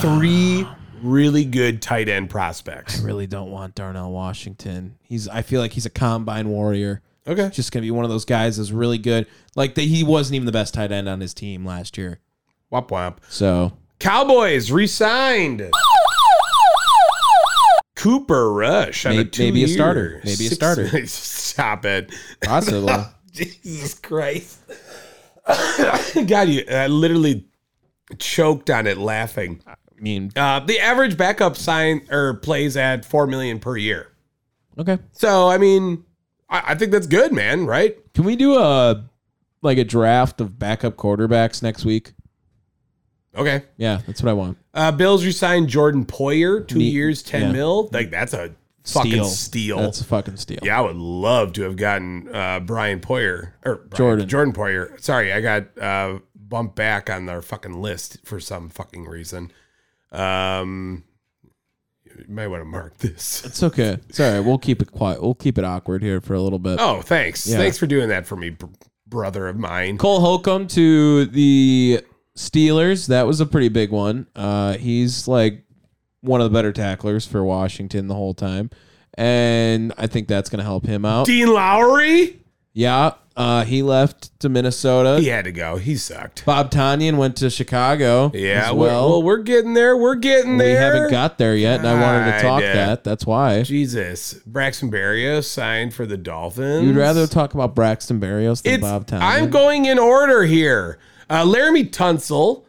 Speaker 1: three really good tight end prospects.
Speaker 3: I really don't want Darnell Washington. He's I feel like he's a combine warrior.
Speaker 1: Okay,
Speaker 3: Just gonna be one of those guys that's really good. Like that he wasn't even the best tight end on his team last year.
Speaker 1: wop wop.
Speaker 3: So
Speaker 1: Cowboys re-signed. Cooper Rush, out of
Speaker 3: May-
Speaker 1: two
Speaker 3: maybe a
Speaker 1: years.
Speaker 3: starter. Maybe a
Speaker 1: Six-
Speaker 3: starter.
Speaker 1: Stop it!
Speaker 3: Possibly.
Speaker 1: Jesus Christ! God, you, I literally choked on it laughing.
Speaker 3: I mean,
Speaker 1: Uh, the average backup sign or plays at four million per year.
Speaker 3: okay.
Speaker 1: So I mean, I, I think that's good, man. Right?
Speaker 3: Can we do a like a draft of backup quarterbacks next week?
Speaker 1: Okay.
Speaker 3: Yeah, that's what I want.
Speaker 1: Uh, Bills re-signed Jordan Poyer, two
Speaker 3: Neat.
Speaker 1: years, ten
Speaker 3: Yeah.
Speaker 1: mil. Like that's a fucking steal.
Speaker 3: That's a fucking steal.
Speaker 1: yeah, I would love to have gotten uh, Brian Poyer or Brian-
Speaker 3: Jordan.
Speaker 1: Jordan Poyer. Sorry, I got uh, bumped back on their fucking list for some fucking reason. Um, you might want to mark this.
Speaker 3: It's okay. It's all right. We'll keep it quiet. We'll keep it awkward here for a little bit.
Speaker 1: Oh, thanks,
Speaker 3: Yeah.
Speaker 1: thanks for doing that for me, br- brother of mine.
Speaker 3: Cole Holcomb to the Steelers. That was a pretty big one. Uh, he's like one of the better tacklers for Washington the whole time. And I think that's going to help him out.
Speaker 1: Dean Lowry,
Speaker 3: Yeah. Uh, he left to Minnesota.
Speaker 1: he had to go. He sucked.
Speaker 3: Bob Tanyan went to Chicago.
Speaker 1: Yeah,
Speaker 3: as
Speaker 1: we're-
Speaker 3: well.
Speaker 1: well, we're getting there. We're getting
Speaker 3: we
Speaker 1: there.
Speaker 3: haven't got there yet, and I wanted to talk
Speaker 1: God.
Speaker 3: that. That's why.
Speaker 1: Jesus. Braxton Berrios signed for the Dolphins.
Speaker 3: You'd rather talk about Braxton Berrios than
Speaker 1: it's,
Speaker 3: Bob Tanyan.
Speaker 1: I'm going in order here. Uh, Laramie Tunsil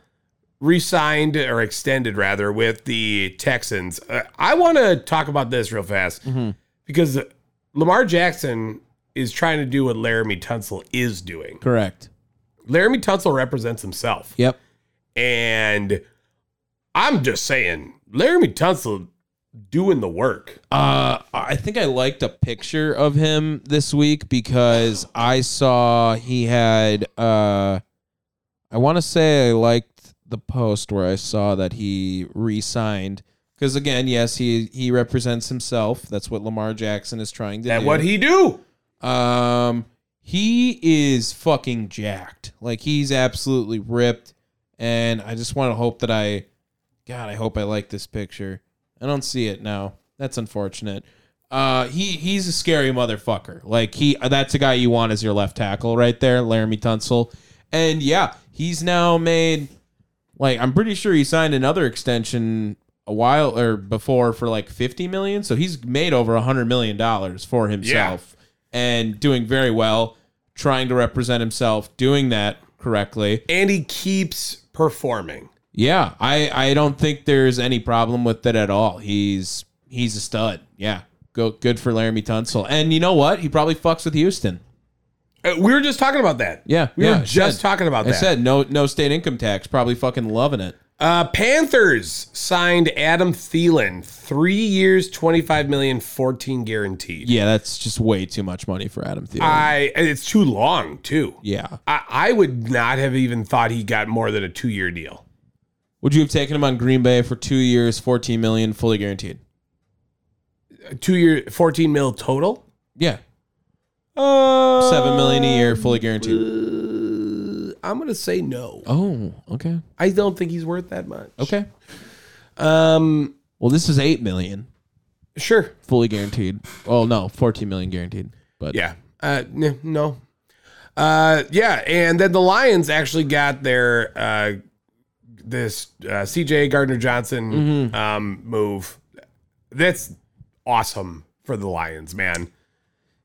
Speaker 1: re-signed or extended rather with the Texans. Uh, I want to talk about this real fast
Speaker 3: Mm-hmm.
Speaker 1: because Lamar Jackson is trying to do what Laramie Tunsil is doing.
Speaker 3: correct.
Speaker 1: Laramie Tunsil represents himself.
Speaker 3: Yep.
Speaker 1: And I'm just saying, Laramie Tunsil doing the work.
Speaker 3: Uh, I think I liked a picture of him this week because I saw he had. Uh, I want to say I liked the post where I saw that he re-signed because again, yes, he he represents himself. That's what Lamar Jackson is trying to
Speaker 1: That
Speaker 3: do.
Speaker 1: what he do?
Speaker 3: Um, he is fucking jacked. Like he's absolutely ripped, and I just want to hope that I, God, I hope I like this picture. I don't see it now. That's unfortunate. Uh, he he's a scary motherfucker. Like he, that's a guy you want as your left tackle right there, Laramie Tunsil. And yeah, he's now made. Like I'm pretty sure he signed another extension a while or before for like 50 million. So he's made over 100 million dollars for himself and doing very well, trying to represent himself, doing that correctly.
Speaker 1: and he keeps performing.
Speaker 3: Yeah, I I don't think there's any problem with it at all. He's he's a stud. Yeah. Go good for Laramie Tunsil. And you know what? He probably fucks with Houston.
Speaker 1: Uh, we were just talking about that.
Speaker 3: Yeah.
Speaker 1: we
Speaker 3: yeah, I
Speaker 1: were just
Speaker 3: said-
Speaker 1: talking about
Speaker 3: I
Speaker 1: that.
Speaker 3: said no no state income tax, probably fucking loving it.
Speaker 1: uh, Panthers signed Adam Thielen, three years, twenty-five million, fourteen guaranteed.
Speaker 3: Yeah, that's just way too much money for Adam Thielen.
Speaker 1: I and it's too long too.
Speaker 3: yeah.
Speaker 1: I, I would not have even thought he got more than a two-year deal.
Speaker 3: Would you have taken him on Green Bay for two years, fourteen million, fully guaranteed?
Speaker 1: A two-year, fourteen mil total.
Speaker 3: Yeah,
Speaker 1: Uh,
Speaker 3: seven million a year, fully guaranteed.
Speaker 1: I'm gonna say no.
Speaker 3: Oh, okay,
Speaker 1: I don't think he's worth that much.
Speaker 3: okay.
Speaker 1: Um,
Speaker 3: Well, this is eight million,
Speaker 1: sure.
Speaker 3: fully guaranteed. Oh no, fourteen million guaranteed. But
Speaker 1: Yeah. Uh, n- no. Uh, yeah, and then the Lions actually got their uh, this uh, C.J. Gardner Johnson um, move. That's awesome for the Lions, man.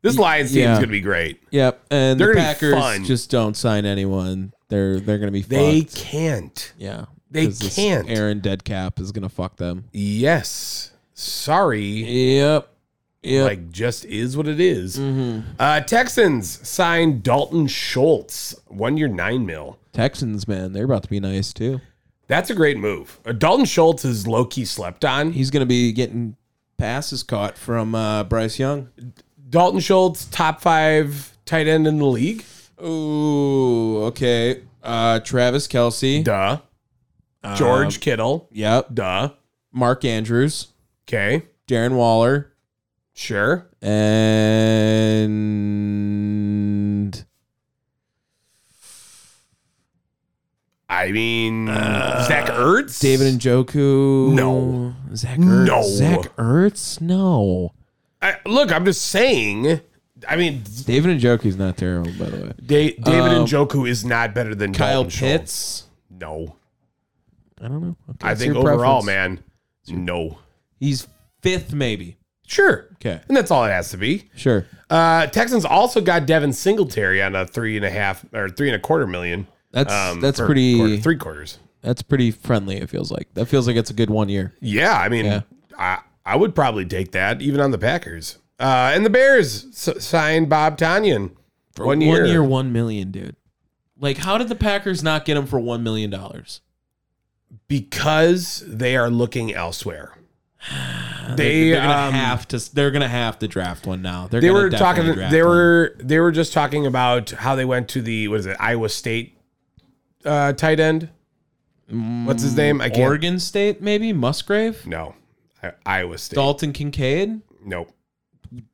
Speaker 1: This Lions team
Speaker 3: yeah.
Speaker 1: is gonna be great.
Speaker 3: yep, and
Speaker 1: They're
Speaker 3: the
Speaker 1: gonna be
Speaker 3: Packers
Speaker 1: fun.
Speaker 3: just don't sign anyone. They're they're gonna be
Speaker 1: They
Speaker 3: fucked.
Speaker 1: can't.
Speaker 3: yeah,
Speaker 1: they
Speaker 3: 'cause this
Speaker 1: can't.
Speaker 3: Aaron Deadcap is gonna fuck them.
Speaker 1: Yes. Sorry.
Speaker 3: Yep, yep.
Speaker 1: Like just is what it is. Uh, Texans signed Dalton Schultz, one year nine mil.
Speaker 3: Texans, man, they're about to be nice too.
Speaker 1: That's a great move. Uh, Dalton Schultz is low key slept on.
Speaker 3: He's gonna be getting passes caught from uh, Bryce Young.
Speaker 1: Dalton Schultz, top five tight end in the league.
Speaker 3: Ooh, okay. Uh, Travis Kelsey.
Speaker 1: Duh. George Kittle.
Speaker 3: Yep.
Speaker 1: Duh.
Speaker 3: Mark Andrews.
Speaker 1: Okay.
Speaker 3: Darren Waller.
Speaker 1: Sure.
Speaker 3: And
Speaker 1: I mean, Zach Ertz.
Speaker 3: Uh, David and Joku.
Speaker 1: No.
Speaker 3: Zach Ertz.
Speaker 1: No.
Speaker 3: Zach Ertz? No.
Speaker 1: I, look, I'm just saying. I mean,
Speaker 3: David and Joku's not terrible, by the way.
Speaker 1: Da- David
Speaker 3: Um,
Speaker 1: and Njoku is not better than
Speaker 3: Kyle
Speaker 1: Dalton Schultz.
Speaker 3: Pitts.
Speaker 1: No.
Speaker 3: I don't know. Okay,
Speaker 1: I
Speaker 3: it's
Speaker 1: think
Speaker 3: your
Speaker 1: overall,
Speaker 3: preference.
Speaker 1: man, no.
Speaker 3: he's fifth, maybe.
Speaker 1: Sure.
Speaker 3: Okay.
Speaker 1: And that's all it has to be.
Speaker 3: Sure.
Speaker 1: Uh, Texans also got Devin Singletary on a three and a half or three and a quarter million.
Speaker 3: That's that's
Speaker 1: Um, for
Speaker 3: pretty.
Speaker 1: quarter- three quarters.
Speaker 3: That's pretty friendly. It feels like that feels like it's a good one year.
Speaker 1: Yeah, I mean,
Speaker 3: Yeah.
Speaker 1: I I would probably take that even on the Packers. Uh, and the Bears s- signed Bob Tanyan for one year.
Speaker 3: one year, one million, dude. Like, how did the Packers not get him for one million dollars?
Speaker 1: because they are looking elsewhere. They
Speaker 3: They're gonna
Speaker 1: um,
Speaker 3: have to. They're gonna have to draft one now. They're
Speaker 1: they
Speaker 3: gonna
Speaker 1: were
Speaker 3: definitely
Speaker 1: talking
Speaker 3: draft
Speaker 1: they
Speaker 3: one.
Speaker 1: were they were just talking about how they went to the what is it Iowa State uh, tight end. What's his name? I can't.
Speaker 3: Mm, Oregon State, maybe Musgrave,
Speaker 1: No, I, Iowa State.
Speaker 3: Dalton Kincaid.
Speaker 1: Nope.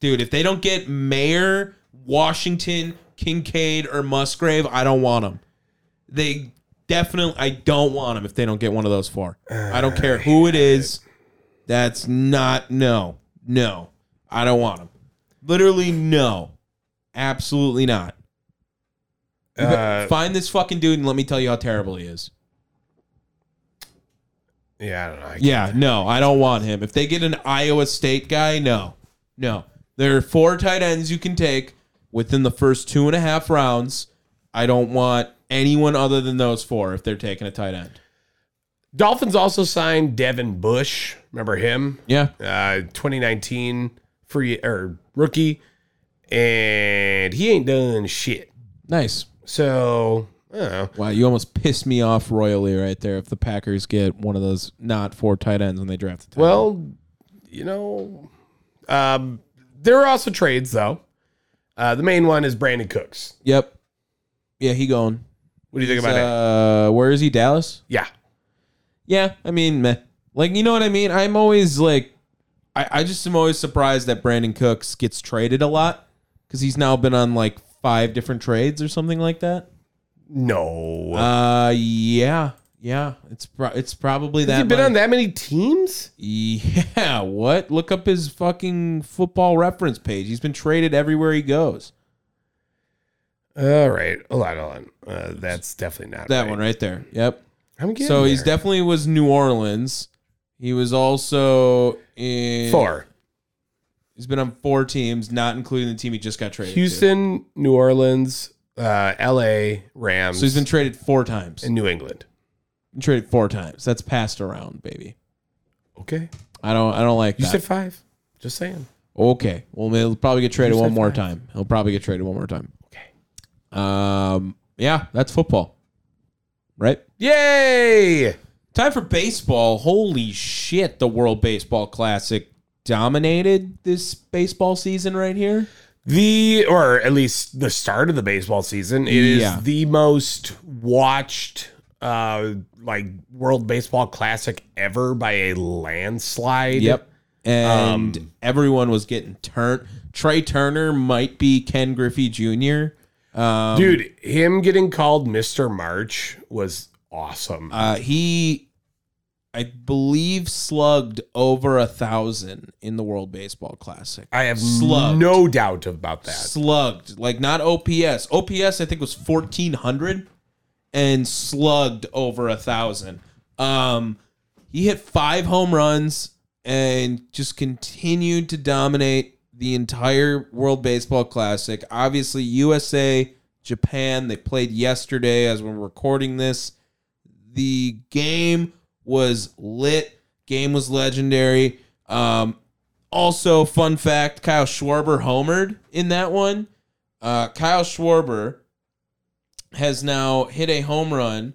Speaker 3: Dude, if they don't get Mayer, Washington, Kincaid, or Musgrave, I don't want them. They definitely, I don't want them if they don't get one of those four. I don't care who it is. That's not, no, no. I don't want them. Literally, no. Absolutely not.
Speaker 1: Uh,
Speaker 3: Find this fucking dude and let me tell you how terrible he is.
Speaker 1: yeah, I don't know. I
Speaker 3: Yeah, no, I don't want him. If they get an Iowa State guy, no, no. There are four tight ends you can take within the first two and a half rounds. I don't want anyone other than those four if they're taking a tight end.
Speaker 1: Dolphins also signed Devin Bush. Remember him?
Speaker 3: Yeah,
Speaker 1: Uh, 2019 free or rookie, and he ain't done shit.
Speaker 3: nice.
Speaker 1: So I don't know.
Speaker 3: Wow, you almost pissed me off royally right there. If the Packers get one of those not four tight ends when they draft, the tight end.
Speaker 1: Well, you know, um, there are also trades though. Uh, the main one is Brandon Cooks.
Speaker 3: yep, yeah, he going.
Speaker 1: What do you think about that?
Speaker 3: Uh, where is he? Dallas.
Speaker 1: Yeah,
Speaker 3: Yeah, I mean, meh. like you know what I mean. I'm always like, I, I just am always surprised that Brandon Cooks gets traded a lot because he's now been on like five different trades or something like that.
Speaker 1: no.
Speaker 3: Uh, yeah, yeah, it's pro- it's probably that.
Speaker 1: Has he been
Speaker 3: much.
Speaker 1: on that many teams?
Speaker 3: Yeah, what? Look up his fucking football reference page. He's been traded everywhere he goes.
Speaker 1: All right, hold on, hold on. Uh, that's definitely not
Speaker 3: That one right there. Yep.
Speaker 1: I'm getting
Speaker 3: so he's
Speaker 1: there.
Speaker 3: definitely was New Orleans. He was also in
Speaker 1: four:
Speaker 3: He's been on four teams, not including the team he just got traded. to.
Speaker 1: Houston, New Orleans, uh, L.A., Rams,
Speaker 3: So he's been traded four times.
Speaker 1: in New England.
Speaker 3: Been traded four times. That's passed around, baby.
Speaker 1: Okay,
Speaker 3: I don't. I don't like
Speaker 1: you
Speaker 3: that.
Speaker 1: said five. Just saying.
Speaker 3: okay. Well, he'll probably get traded
Speaker 1: You said
Speaker 3: one more
Speaker 1: five.
Speaker 3: time. He'll probably get traded one more time.
Speaker 1: Okay.
Speaker 3: Um. Yeah, that's football, right?
Speaker 1: Yay!
Speaker 3: Time for baseball. Holy shit! The World Baseball Classic dominated this baseball season right here.
Speaker 1: The or at least the start of the baseball season. It is
Speaker 3: Yeah.
Speaker 1: the most watched uh like World Baseball Classic ever by a landslide.
Speaker 3: Yep. And
Speaker 1: Um,
Speaker 3: everyone was getting turned. Trey Turner might be Ken Griffey Jr. Um,
Speaker 1: Dude, him getting called Mr. March was awesome.
Speaker 3: Uh, he, I believe, slugged over a thousand in the World Baseball Classic.
Speaker 1: I have
Speaker 3: slugged.
Speaker 1: no doubt about that.
Speaker 3: slugged like not OPS. OPS I think was fourteen hundred, and slugged over a thousand. Um, he hit five home runs and just continued to dominate the entire World Baseball Classic. Obviously, USA, Japan, they played yesterday as we're recording this. The game was lit. Game was legendary. Um, also, fun fact: Kyle Schwarber homered in that one. Uh, Kyle Schwarber has now hit a home run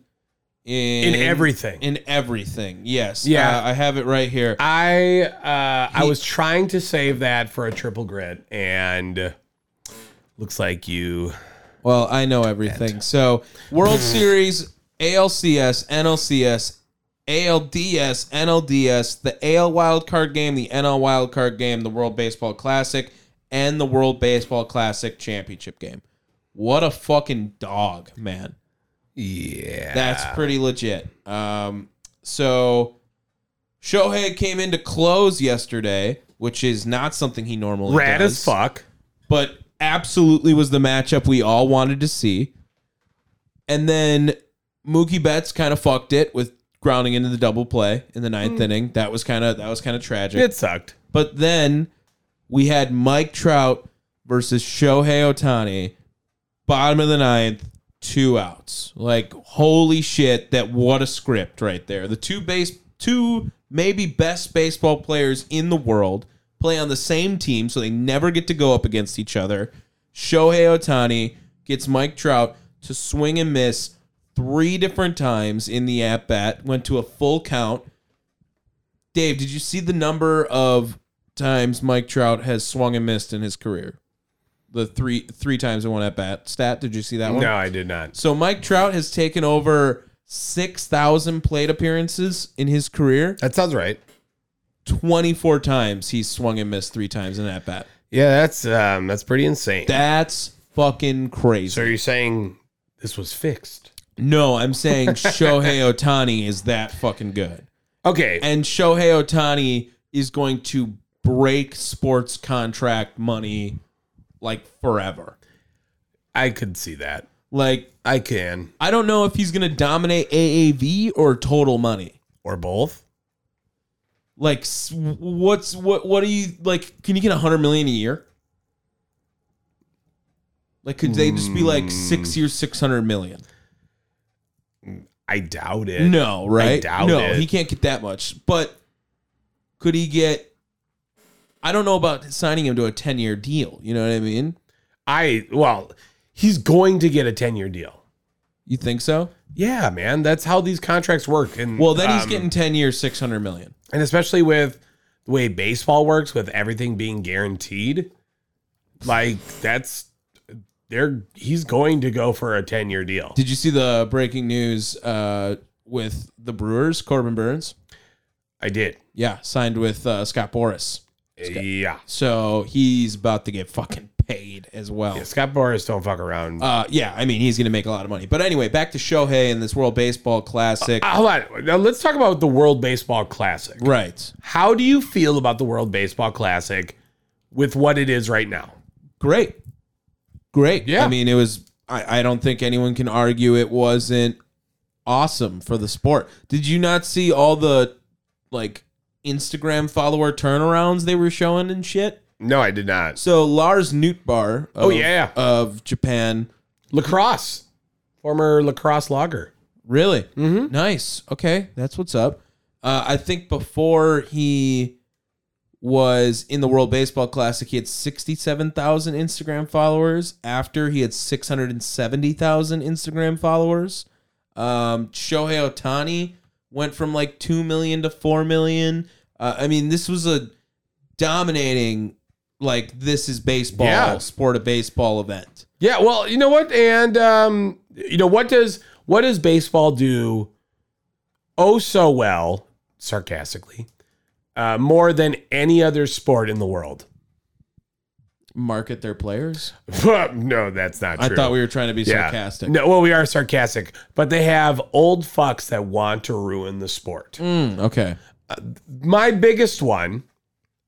Speaker 3: in,
Speaker 1: In everything.
Speaker 3: In everything, yes.
Speaker 1: Yeah.
Speaker 3: Uh, I have it right here.
Speaker 1: I uh I
Speaker 3: He-
Speaker 1: was trying to save that for a triple grit and looks like you
Speaker 3: Well, I know everything. So World Series, ALCS, NLCS, ALDS, NLDS, the AL Wild Card Game, the NL Wild Card Game, the World Baseball Classic, and the World Baseball Classic Championship Game. What a fucking dog, man.
Speaker 1: Yeah.
Speaker 3: That's pretty legit. Um, so Shohei came in to close yesterday, which is not something he normally
Speaker 1: rad
Speaker 3: does
Speaker 1: as fuck.
Speaker 3: but absolutely was the matchup we all wanted to see. And then Mookie Betts kind of fucked it with grounding into the double play in the
Speaker 1: Hmm.
Speaker 3: ninth inning. That was kind of that was kind of tragic.
Speaker 1: It sucked.
Speaker 3: But then we had Mike Trout versus Shohei Otani, bottom of the ninth, two outs. Like, holy shit, that what a script right there. The two base two maybe best baseball players in the world play on the same team, so they never get to go up against each other. Shohei Otani gets Mike Trout to swing and miss three different times in the at bat, went to a full count. Dave, did you see the number of times Mike Trout has swung and missed in his career? The three three times in one at bat stat. Did you see that one?
Speaker 1: No, I did not.
Speaker 3: So Mike Trout has taken over six thousand plate appearances in his career.
Speaker 1: That sounds right.
Speaker 3: Twenty four times he's swung and missed three times in at bat.
Speaker 1: Yeah, that's um, that's pretty insane.
Speaker 3: That's fucking crazy.
Speaker 1: so you're saying this was fixed?
Speaker 3: No, I'm saying Shohei Otani is that fucking good.
Speaker 1: Okay.
Speaker 3: and Shohei Otani is going to break sports contract money like forever.
Speaker 1: I could see that.
Speaker 3: Like
Speaker 1: I can.
Speaker 3: I don't know if he's going to dominate AAV or total money.
Speaker 1: Or both.
Speaker 3: Like s- what's what what do you like can you get 100 million a year? Like could they just be like 6
Speaker 1: Hmm.
Speaker 3: years 600 million?
Speaker 1: I doubt it.
Speaker 3: No, right?
Speaker 1: doubt
Speaker 3: no,
Speaker 1: it.
Speaker 3: he can't get that much. But could he get I don't know about signing him to a 10-year deal, you know what I mean?
Speaker 1: I well, he's going to get a 10 year deal.
Speaker 3: You think so?
Speaker 1: Yeah, man. That's how these contracts work. And
Speaker 3: Well, then he's
Speaker 1: um,
Speaker 3: getting ten years, six hundred million.
Speaker 1: and especially with the way baseball works, with everything being guaranteed, like that's they're he's going to go for a 10 year deal.
Speaker 3: Did you see the breaking news uh, with the Brewers? Corbin Burns,
Speaker 1: I did.
Speaker 3: yeah, signed with uh, Scott Boris,
Speaker 1: Yeah.
Speaker 3: so he's about to get fucking paid as well.
Speaker 1: Yeah, Scott Boris don't fuck around.
Speaker 3: Uh, yeah, I mean he's gonna make a lot of money. But anyway, back to Shohei and this World Baseball Classic,
Speaker 1: Uh, Hold on. Now let's talk about the World Baseball Classic.
Speaker 3: right?
Speaker 1: How do you feel about the World Baseball Classic with what it is right now?
Speaker 3: Great, great.
Speaker 1: Yeah.
Speaker 3: I mean it was. I, I don't think anyone can argue it wasn't awesome for the sport. Did you not see all the like Instagram follower turnarounds they were showing and shit?
Speaker 1: No, I did not.
Speaker 3: So Lars Nootbaar, of,
Speaker 1: Oh, yeah.
Speaker 3: of Japan,
Speaker 1: Lacrosse, former lacrosse logger.
Speaker 3: really nice. Okay, Mm-hmm. that's what's up. Uh, I think before he was in the World Baseball Classic, he had sixty-seven thousand Instagram followers. After he had six hundred and seventy thousand Instagram followers. Um, Shohei Otani went from like 2 million to 4 million. Uh, I mean, this was a dominating, like, this is baseball,
Speaker 1: Yeah.
Speaker 3: sport of baseball event.
Speaker 1: Yeah, well, you know what, and um, you know what does what does baseball do? Oh, so well, sarcastically, uh, more than any other sport in the world.
Speaker 3: Market their players.
Speaker 1: no, that's not
Speaker 3: I
Speaker 1: true.
Speaker 3: thought we were trying to be sarcastic.
Speaker 1: No, well, we are sarcastic, but they have old fucks that want to ruin the sport.
Speaker 3: Mm, okay.
Speaker 1: My biggest one,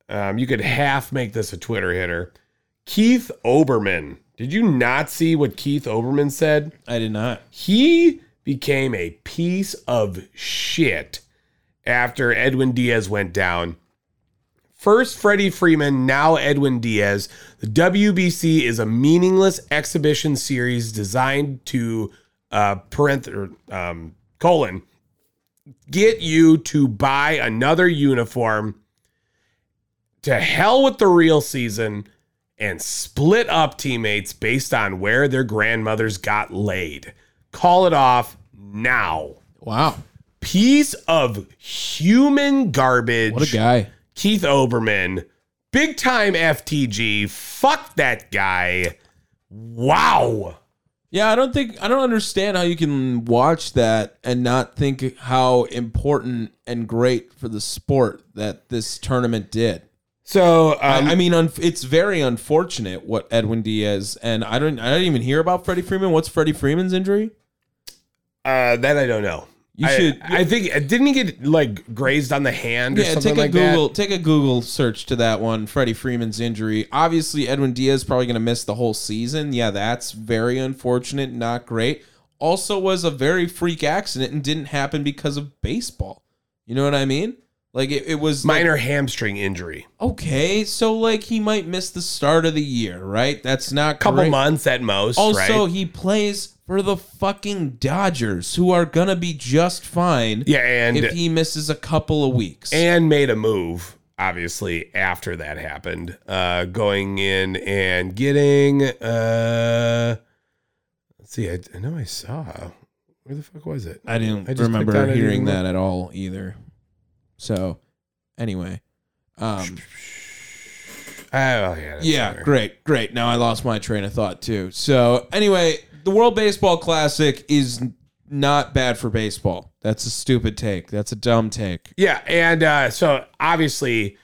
Speaker 1: um, you could half make this a Twitter hitter. Keith Oberman. Did you not see what Keith Oberman said?
Speaker 3: I did not.
Speaker 1: he became a piece of shit after Edwin Diaz went down. First Freddie Freeman, now Edwin Diaz. The WBC is a meaningless exhibition series designed to uh, parenth- or, um, colon get you to buy another uniform. To hell with the real season and split up teammates based on where their grandmothers got laid. Call it off now.
Speaker 3: Wow.
Speaker 1: Piece of human garbage.
Speaker 3: What a guy.
Speaker 1: Keith Oberman, big time FTG. Fuck that guy. Wow.
Speaker 3: Yeah, I don't think I don't understand how you can watch that and not think how important and great for the sport that this tournament did.
Speaker 1: So
Speaker 3: I-
Speaker 1: um,
Speaker 3: I mean, un- it's very unfortunate what Edwin Diaz and I don't. I didn't even hear about Freddie Freeman. What's Freddie Freeman's injury?
Speaker 1: uh, that I don't know.
Speaker 3: You
Speaker 1: I-
Speaker 3: should-
Speaker 1: I, think didn't he get like grazed on the hand or
Speaker 3: Yeah,
Speaker 1: something
Speaker 3: take a
Speaker 1: like
Speaker 3: Google
Speaker 1: that?
Speaker 3: take a Google search to that one. Freddie Freeman's injury. Obviously, Edwin Diaz probably going to miss the whole season. Yeah, that's very unfortunate. Not great. also was a very freak accident and didn't happen because of baseball. You know what I mean? Like it, it was like-
Speaker 1: Minor hamstring injury.
Speaker 3: okay, so like he might miss the start of the year, right? That's not
Speaker 1: Couple
Speaker 3: great.
Speaker 1: months at most.
Speaker 3: Also,
Speaker 1: right?
Speaker 3: he plays for the fucking Dodgers, who are gonna be just fine
Speaker 1: yeah, and
Speaker 3: if he misses a couple of weeks.
Speaker 1: and made a move obviously after that happened uh going in and getting uh let's see i, I know i saw where the fuck was it
Speaker 3: I didn't
Speaker 1: I just
Speaker 3: remember
Speaker 1: clicked on it
Speaker 3: hearing
Speaker 1: and
Speaker 3: that at all either. So, anyway, um,
Speaker 1: oh yeah that's
Speaker 3: yeah,
Speaker 1: better.
Speaker 3: great, great. Now I lost my train of thought too. So, anyway, the World Baseball Classic is n- not bad for baseball. That's a stupid take. That's a dumb take.
Speaker 1: yeah and uh so obviously